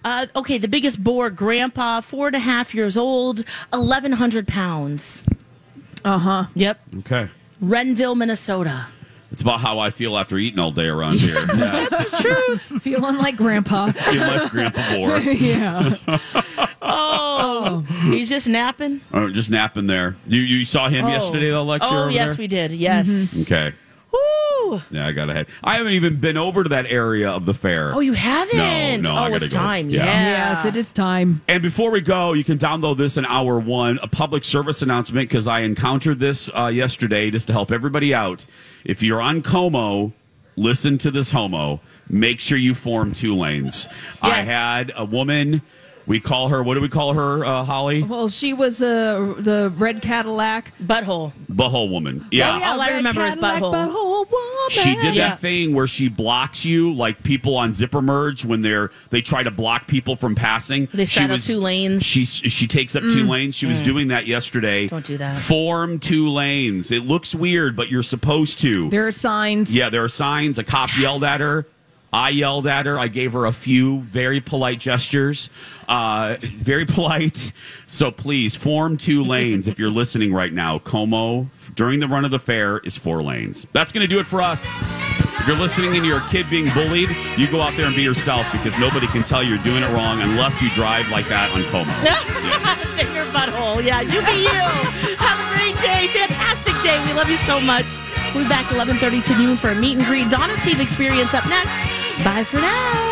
Speaker 2: Uh, okay, the biggest boar, Grandpa, four and a half years old, eleven hundred pounds. Uh huh. Yep.
Speaker 1: Okay.
Speaker 2: Renville, Minnesota.
Speaker 1: It's about how I feel after eating all day around
Speaker 2: [LAUGHS]
Speaker 1: here. Yeah.
Speaker 3: Feeling like [LAUGHS] grandpa.
Speaker 1: You left Grandpa Boar.
Speaker 2: [LAUGHS]
Speaker 3: yeah.
Speaker 2: Oh, [LAUGHS] he's just napping.
Speaker 1: Oh, just napping there. You you saw him yesterday though, Lex? You were
Speaker 2: Oh,
Speaker 1: over
Speaker 2: yes,
Speaker 1: there?
Speaker 2: we did. Yes.
Speaker 1: Okay.
Speaker 2: Woo!
Speaker 1: Yeah, I gotta head. I haven't even been over to that area of the fair.
Speaker 2: Oh, you haven't.
Speaker 1: No, no,
Speaker 2: oh,
Speaker 1: I gotta
Speaker 2: it's
Speaker 1: go.
Speaker 2: time.
Speaker 1: Yeah.
Speaker 2: Yeah.
Speaker 3: Yes, it is time.
Speaker 1: And before we go, you can download this in hour one, a public service announcement, because I encountered this uh, yesterday just to help everybody out. If you're on Como, listen to this homo. Make sure you form two lanes. I
Speaker 2: Yes.
Speaker 1: had a woman, we call her, what do we call her, uh, Holly?
Speaker 3: Well, she was uh, the red Cadillac.
Speaker 2: Butthole.
Speaker 1: Butthole woman. Yeah.
Speaker 3: Oh, yeah,
Speaker 2: All I
Speaker 3: red
Speaker 2: remember is
Speaker 3: Cadillac,
Speaker 2: butthole.
Speaker 3: butthole woman.
Speaker 1: She did
Speaker 2: Yeah.
Speaker 1: that thing where she blocks you, like people on Zipper Merge when they're they try to block people from passing.
Speaker 2: They
Speaker 1: she
Speaker 2: straddle two lanes. Mm.
Speaker 1: She she takes up two lanes. She was doing that yesterday.
Speaker 2: Don't do that.
Speaker 1: Form two lanes. It looks weird, but you're supposed to.
Speaker 3: There are signs.
Speaker 1: yeah, there are signs. A cop yelled at her. I yelled at her. I gave her a few very polite gestures. Uh, very polite. So please form two lanes if you're listening right now. Como during the run of the fair is four lanes. That's going to do it for us. If you're listening and you're a kid being bullied, you go out there and be yourself because nobody can tell you're doing it wrong unless you drive like that on Como.
Speaker 2: [LAUGHS] Finger butthole. Yeah, you be you. Have a great day. Fantastic day. We love you so much. We'll be back 11.30 to noon for a meet and greet. Dawn and Steve experience up next. Bye for now.